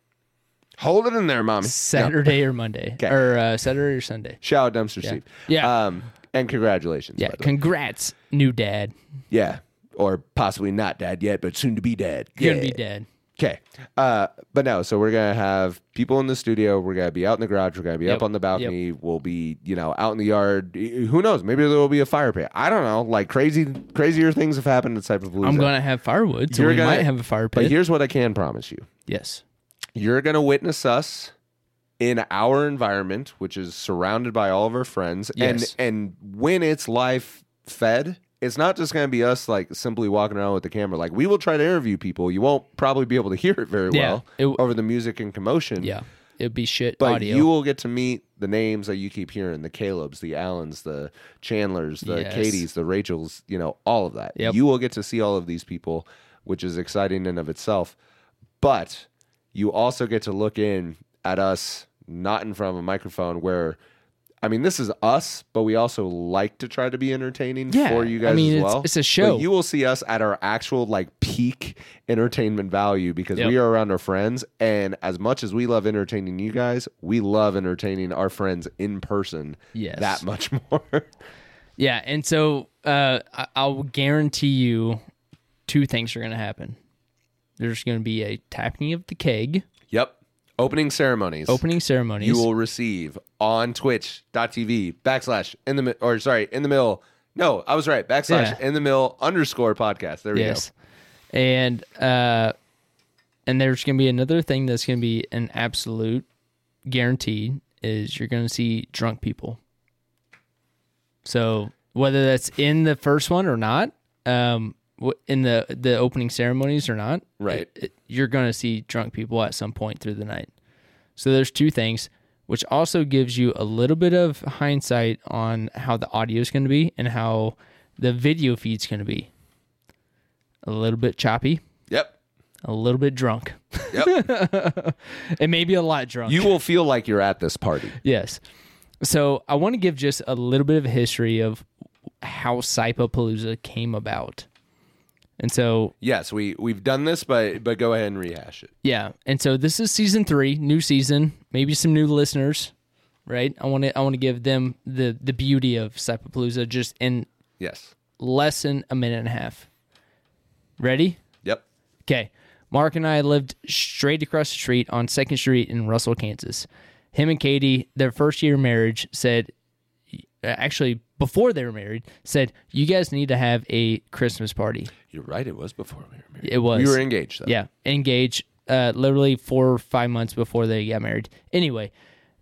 S1: Hold it in there, mommy.
S3: Saturday or Monday or uh, Saturday or Sunday.
S1: Shout out Dumpster Steve.
S3: Yeah.
S1: Um, and congratulations.
S3: Yeah.
S1: by the way.
S3: Congrats, new dad.
S1: Yeah. Or possibly not dad yet, but soon to be dad.
S3: You're
S1: yeah.
S3: going to be dad.
S1: Okay. Uh, but no, so we're going to have people in the studio. We're going to be out in the garage. We're going to be
S3: Yep.
S1: up on the balcony. We'll be, you know, out in the yard. Y- Who knows? Maybe there will be a fire pit. I don't know. Like crazy, crazier things have happened at Cyberpalooza.
S3: I'm going to have firewood. So
S1: You're
S3: we
S1: gonna-
S3: might have a fire
S1: But
S3: pit.
S1: here's what I can promise you
S3: yes.
S1: you're going to witness us in our environment, which is surrounded by all of our friends.
S3: Yes.
S1: And and when it's live fed, it's not just going to be us like simply walking around with the camera. Like we will try to interview people. You won't probably be able to hear it very
S3: Yeah.
S1: well
S3: It w-
S1: over the music and commotion.
S3: Yeah. it'd be shit
S1: But
S3: audio.
S1: you will get to meet the names that you keep hearing the Calebs, the Allens, the Chandlers, the
S3: Yes.
S1: Katie's, the Rachels, you know, all of that.
S3: Yep.
S1: You will get to see all of these people, which is exciting in of itself. But you also get to look in at us not in front of a microphone where I mean, this is us, but we also like to try to be entertaining
S3: Yeah,
S1: for you
S3: I
S1: guys
S3: mean,
S1: as
S3: it's-
S1: well.
S3: it's a show.
S1: But you will see us at our actual like peak entertainment value because
S3: Yep.
S1: we are around our friends. And as much as we love entertaining you guys, we love entertaining our friends in person
S3: Yes.
S1: that much *laughs* more.
S3: yeah, and so uh, I- I'll guarantee you, two things are gonna happen. There's gonna be a tapping of the keg,
S1: yep. Opening ceremonies.
S3: opening ceremonies.
S1: you will receive on twitch.tv backslash in the mi- or sorry, in the mill. No, I was right. Backslash
S3: Yeah.
S1: in the mill underscore podcast. There we
S3: yes,
S1: go.
S3: and uh, and there's gonna be another thing that's gonna be an absolute guarantee is you're gonna see drunk people. So whether that's in the first one or not, um, wh- in the the opening ceremonies or not,
S1: Right.
S3: it- you're going to see drunk people at some point through the night. So there's two things, which also gives you a little bit of hindsight on how the audio is going to be and how the video feed's going to be. A little bit choppy,
S1: Yep.
S3: a little bit drunk. *laughs* and maybe a lot drunk.
S1: You will feel like you're at this party.
S3: yes. So I want to give just a little bit of a history of how Palooza came about. And so
S1: Yes, we we've done this, but but go ahead and rehash it.
S3: Yeah, and so this is season three, new season, maybe some new listeners, right? I want to I want to give them the the beauty of Cypapalooza just in
S1: Yes.
S3: less than a minute and a half. Ready?
S1: Yep.
S3: Okay. Mark and I lived straight across the street on Second Street in Russell, Kansas. Him and Katie, their first year of marriage, said, actually before they were married, said you guys need to have a Christmas party.
S1: You're right. It was before we were married.
S3: It was
S1: We were engaged. Though.
S3: yeah, engaged uh, literally four or five months before they got married. Anyway,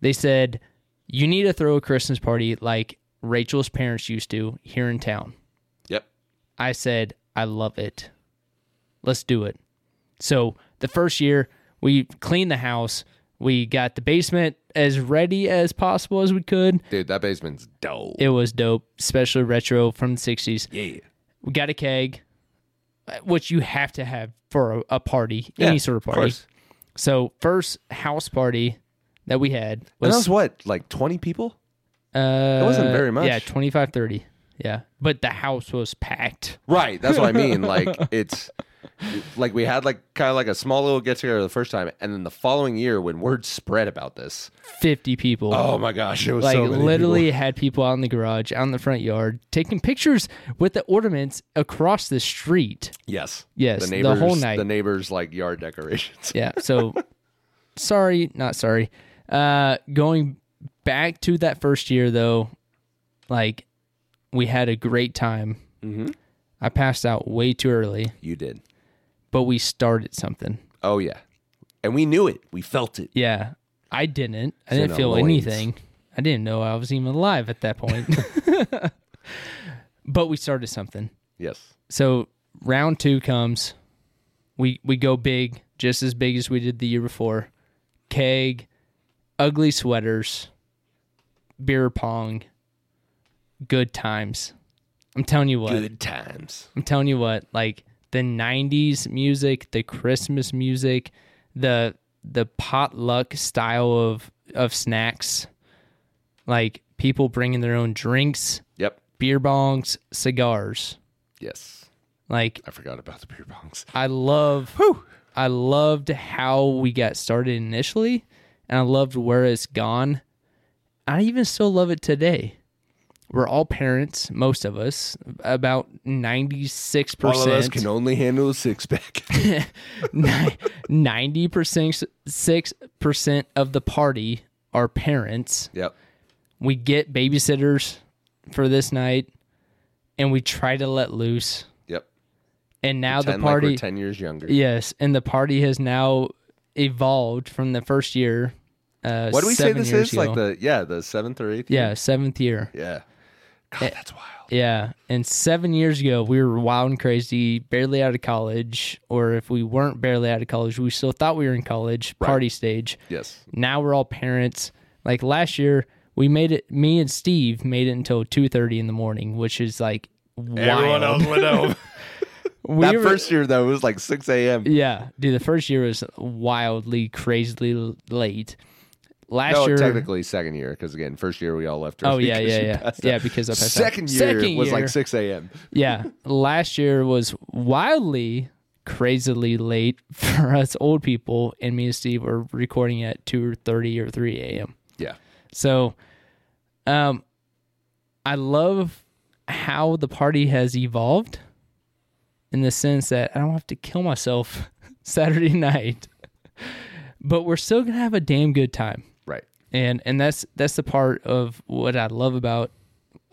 S3: they said, You need to throw a Christmas party like Rachel's parents used to here in town.
S1: Yep.
S3: I said, I love it. Let's do it. So the first year, we cleaned the house. We got the basement as ready as possible as we could.
S1: Dude, that basement's dull.
S3: It was dope, especially retro from the 60s.
S1: yeah.
S3: We got a keg, uh, which you have to have for a, a party,
S1: Yeah,
S3: any sort of
S1: of
S3: party.
S1: course.
S3: so first house party that we had
S1: And that
S3: was,
S1: was what, like 20 people?
S3: uh,
S1: wasn't very much.
S3: Yeah, 25, 30. Yeah, but the house was packed.
S1: Right. That's what I
S3: *laughs*
S1: mean. Like it's like we had like kind of like a small little get together the first time, and then the following year when word spread about this.
S3: 50 people.
S1: Oh my gosh, it was
S3: like
S1: so many
S3: literally
S1: people.
S3: had people out in the garage, out in the front yard, taking pictures with the ornaments across the street.
S1: Yes.
S3: Yes,
S1: The
S3: the
S1: neighbors.
S3: whole night.
S1: The neighbors like yard decorations. *laughs*
S3: Yeah. So sorry, not sorry. Uh going back to that first year though, like we had a great time.
S1: Mhm.
S3: I passed out way too early,
S1: You did.
S3: but we started something.
S1: Oh yeah. And we knew it. We felt it.
S3: Yeah. I didn't. I
S1: in
S3: didn't
S1: our
S3: feel
S1: loins.
S3: anything. I didn't know I was even alive at
S1: *laughs*
S3: that point. *laughs* but we started something.
S1: Yes.
S3: So round two comes. We we go big, just as big as we did the year before. Keg, ugly sweaters, beer pong, good times. I'm telling you what.
S1: Good times.
S3: I'm telling you what. Like the '90s music, the Christmas music, the the potluck style of of snacks, like people bringing their own drinks,
S1: Yep.
S3: beer bongs, cigars.
S1: Yes.
S3: Like
S1: I forgot about the beer bongs.
S3: I love I loved how we got started initially and I loved where it's gone. I even still love it today. We're all parents, most of us, about 96%.
S1: All of us can only handle a six
S3: *laughs*
S1: pack.
S3: Ni- 90% 6% of the party are parents.
S1: yep.
S3: We get babysitters for this night and we try to let loose.
S1: Yep.
S3: And now the
S1: Ten,
S3: party
S1: like we're ten years younger.
S3: Yes, and the party has now evolved from the first year. Uh,
S1: What do we say
S3: seven
S1: this
S3: years
S1: is? Like
S3: ago.
S1: the yeah, the seventh or eighth.
S3: yeah Eh. seventh year?
S1: Yeah. God, that's wild.
S3: Yeah. And seven years ago, we were wild and crazy, barely out of college, or if we weren't barely out of college, we still thought we were in college, party stage.
S1: Yes.
S3: Now we're all parents. Like last year, we made it. Me and Steve made it until two thirty in the morning, which is like wild.
S1: Everyone else went home.
S3: *laughs* We
S1: that
S3: were-
S1: first year though, it was like six a.m.
S3: yeah, dude. The first year was wildly, crazily l- late. Last
S1: No,
S3: year,
S1: technically second year because again, first year we all left.
S3: oh
S1: early
S3: yeah,
S1: 'cause
S3: yeah,
S1: you
S3: yeah,
S1: passed out.
S3: yeah. Because I passed out.
S1: Second year
S3: Second
S1: was like
S3: year.
S1: six a.m.
S3: yeah, last year was wildly, crazily late *laughs* for us old people, and me and Steve were recording at two thirty or three a.m.
S1: Yeah,
S3: So, um, I love how the party has evolved, in the sense that I don't have to kill myself *laughs* Saturday night, but we're still gonna have a damn good time
S1: right.
S3: and and that's that's the part of what I love about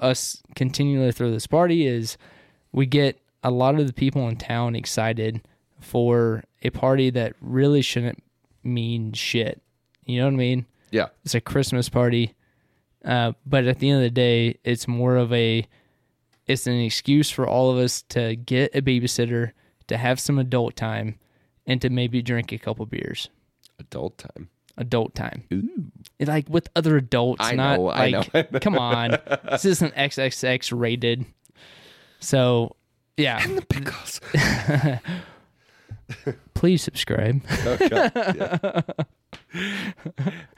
S3: us continually through this party is we get a lot of the people in town excited for a party that really shouldn't mean shit. You know what I mean?
S1: Yeah,
S3: It's a Christmas party, uh, but at the end of the day, it's more of a it's an excuse for all of us to get a babysitter, to have some adult time, and to maybe drink a couple beers.
S1: adult time.
S3: Adult time
S1: Ooh,
S3: like with other adults.
S1: I
S3: not
S1: know, I
S3: like, *laughs* come on, this isn't XXX rated. So, yeah,
S1: the pickles.
S3: please subscribe.
S1: Okay. Yeah.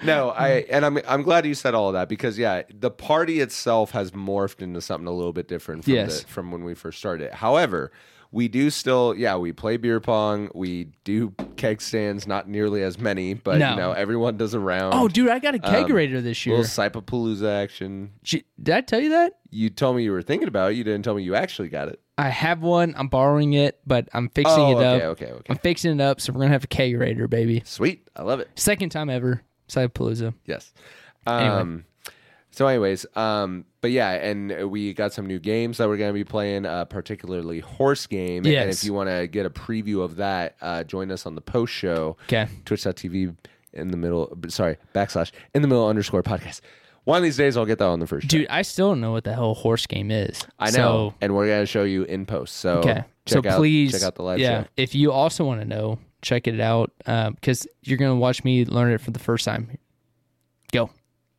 S1: no, I and I'm I'm glad you said all of that because yeah, the party itself has morphed into something a little bit different from
S3: Yes.
S1: the, from when we first started. However, we do still yeah, we play beer pong, we do keg stands, not nearly as many, but
S3: No.
S1: you know, everyone does a round.
S3: *laughs* Oh, dude, I got a kegerator this year.
S1: little Cypapalooza action.
S3: J- Did I tell you that?
S1: You told me you were thinking about it, you didn't tell me you actually got it.
S3: I have one. I'm borrowing it, but I'm fixing
S1: Oh,
S3: it up.
S1: okay, okay, okay.
S3: I'm fixing it up, so we're gonna have a kegerator, baby.
S1: Sweet. I love it.
S3: Second time ever, Sidepalooza.
S1: Yes. Um, So, anyways, um, but yeah, and we got some new games that we're going to be playing, uh, particularly Horse Game. And if
S3: Yes.
S1: you want to get a preview of that, uh, join us on the post show.
S3: Okay.
S1: Twitch.tv in the middle, sorry, backslash in the middle underscore podcast. One of these days, I'll get that on the first.
S3: Dude, I still don't know what the hell horse game is.
S1: I
S3: So-
S1: know. and we're going to show you in post. So,
S3: Okay.
S1: check
S3: so
S1: out,
S3: please
S1: check out the live
S3: yeah,
S1: show.
S3: If you also want to know, check it out because you're gonna watch me learn it for the first time. Go.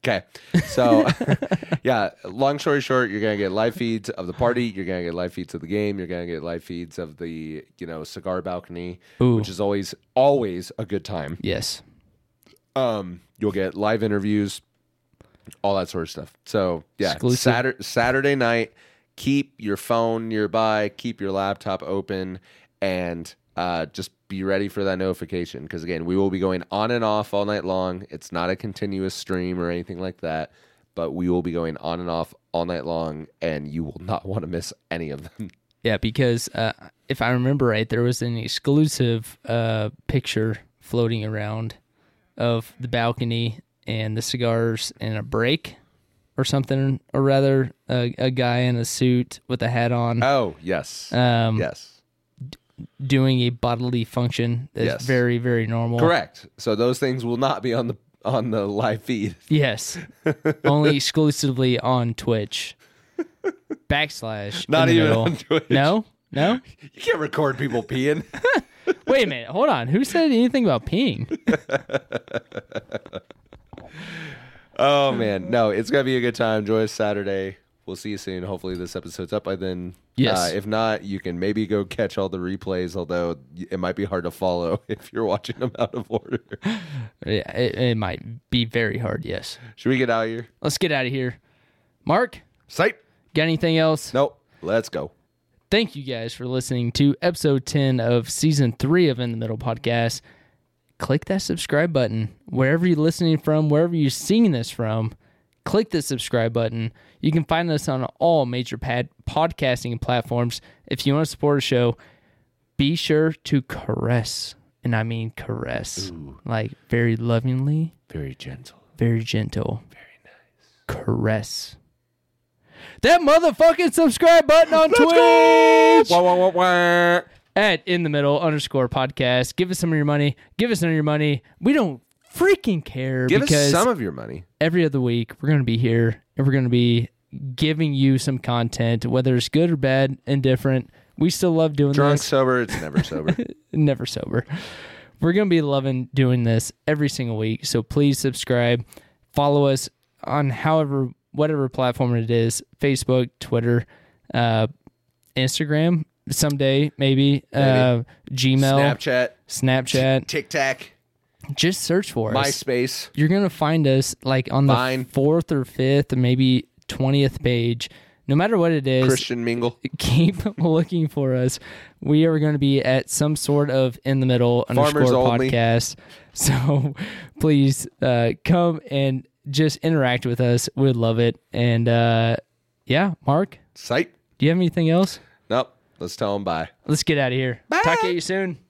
S1: Okay. So, *laughs* yeah, long story short, you're going to get live feeds of the party. You're going to get live feeds of the game. You're going to get live feeds of the, you know, cigar balcony,
S3: Ooh.
S1: which is always, always a good time.
S3: Yes.
S1: Um, you'll get live interviews, all that sort of stuff. So, yeah,
S3: Exclusive.
S1: Saturday, Saturday night, keep your phone nearby, keep your laptop open, and uh, just be ready for that notification. Because, again, we will be going on and off all night long. It's not a continuous stream or anything like that, but we will be going on and off all night long, and you will not *laughs* want to miss any of them.
S3: Yeah, because uh, if I remember right, there was an exclusive uh, picture floating around of the balcony and the cigars and a break or something, or rather, a, a guy in a suit with a hat on
S1: Oh, yes.
S3: um,
S1: yes.
S3: doing a bodily function that's
S1: Yes.
S3: very, very normal.
S1: Correct. So, those things will not be on the on the live feed. *laughs*
S3: Yes. Only exclusively on Twitch. Backslash. in
S1: Not
S3: the
S1: even
S3: middle.
S1: on Twitch.
S3: No? No?
S1: You can't record people peeing. *laughs*
S3: Wait a minute. Hold on. Who said anything about peeing?
S1: Oh man, no, it's gonna be a good time. Joy us Saturday. We'll see you soon. Hopefully, this episode's up by then.
S3: Yes.
S1: Uh, if not, you can maybe go catch all the replays. Although y- it might be hard to follow *laughs* if you're watching them out of order. *laughs*
S3: Yeah, it, it might be very hard. Yes.
S1: Should we get out of here?
S3: Let's get out of here. Mark,
S1: Sight.
S3: got anything else?
S1: Nope. Let's go.
S3: Thank you guys for listening to episode 10 of season three of In the Middle podcast. Click that subscribe button wherever you're listening from, wherever you're seeing this from. Click the subscribe button. You can find us on all major pad- podcasting platforms. If you want to support our show, be sure to caress, and I mean caress, like very lovingly,
S1: Very gentle.
S3: very gentle, very nice. Caress that motherfucking subscribe button on Twitch
S1: Wah, wah, wah, wah.
S3: at in the middle underscore podcast. Give us some of your money. Give us some of your money. We don't freaking care
S1: Give us
S3: because
S1: some of your money.
S3: every other week we're going to be here and we're going to be giving you some content, whether it's good or bad, indifferent. We still love doing
S1: Drunk,
S3: this.
S1: sober, it's
S3: *laughs*
S1: never sober.
S3: Never sober. We're going to be loving doing this every single week. So please subscribe, follow us on however, whatever platform it is Facebook, Twitter, uh, Instagram, someday, maybe, Uh, Gmail,
S1: Snapchat,
S3: Snapchat.
S1: Tic Tac,
S3: Just search for us
S1: MySpace.
S3: you're gonna find us like on the
S1: Vine.
S3: fourth or fifth or maybe twentieth page. No matter what it is,
S1: Christian Mingle.
S3: keep *laughs* looking for us. We are going to be at some sort of in the middle
S1: Farmers
S3: underscore
S1: only.
S3: podcast. *laughs* So please uh, come and just interact with us. We'd love it. And uh, yeah, Mark,
S1: Site.
S3: do you have anything else?
S1: Nope. Let's tell them bye.
S3: Let's get out of here. Talk to you soon.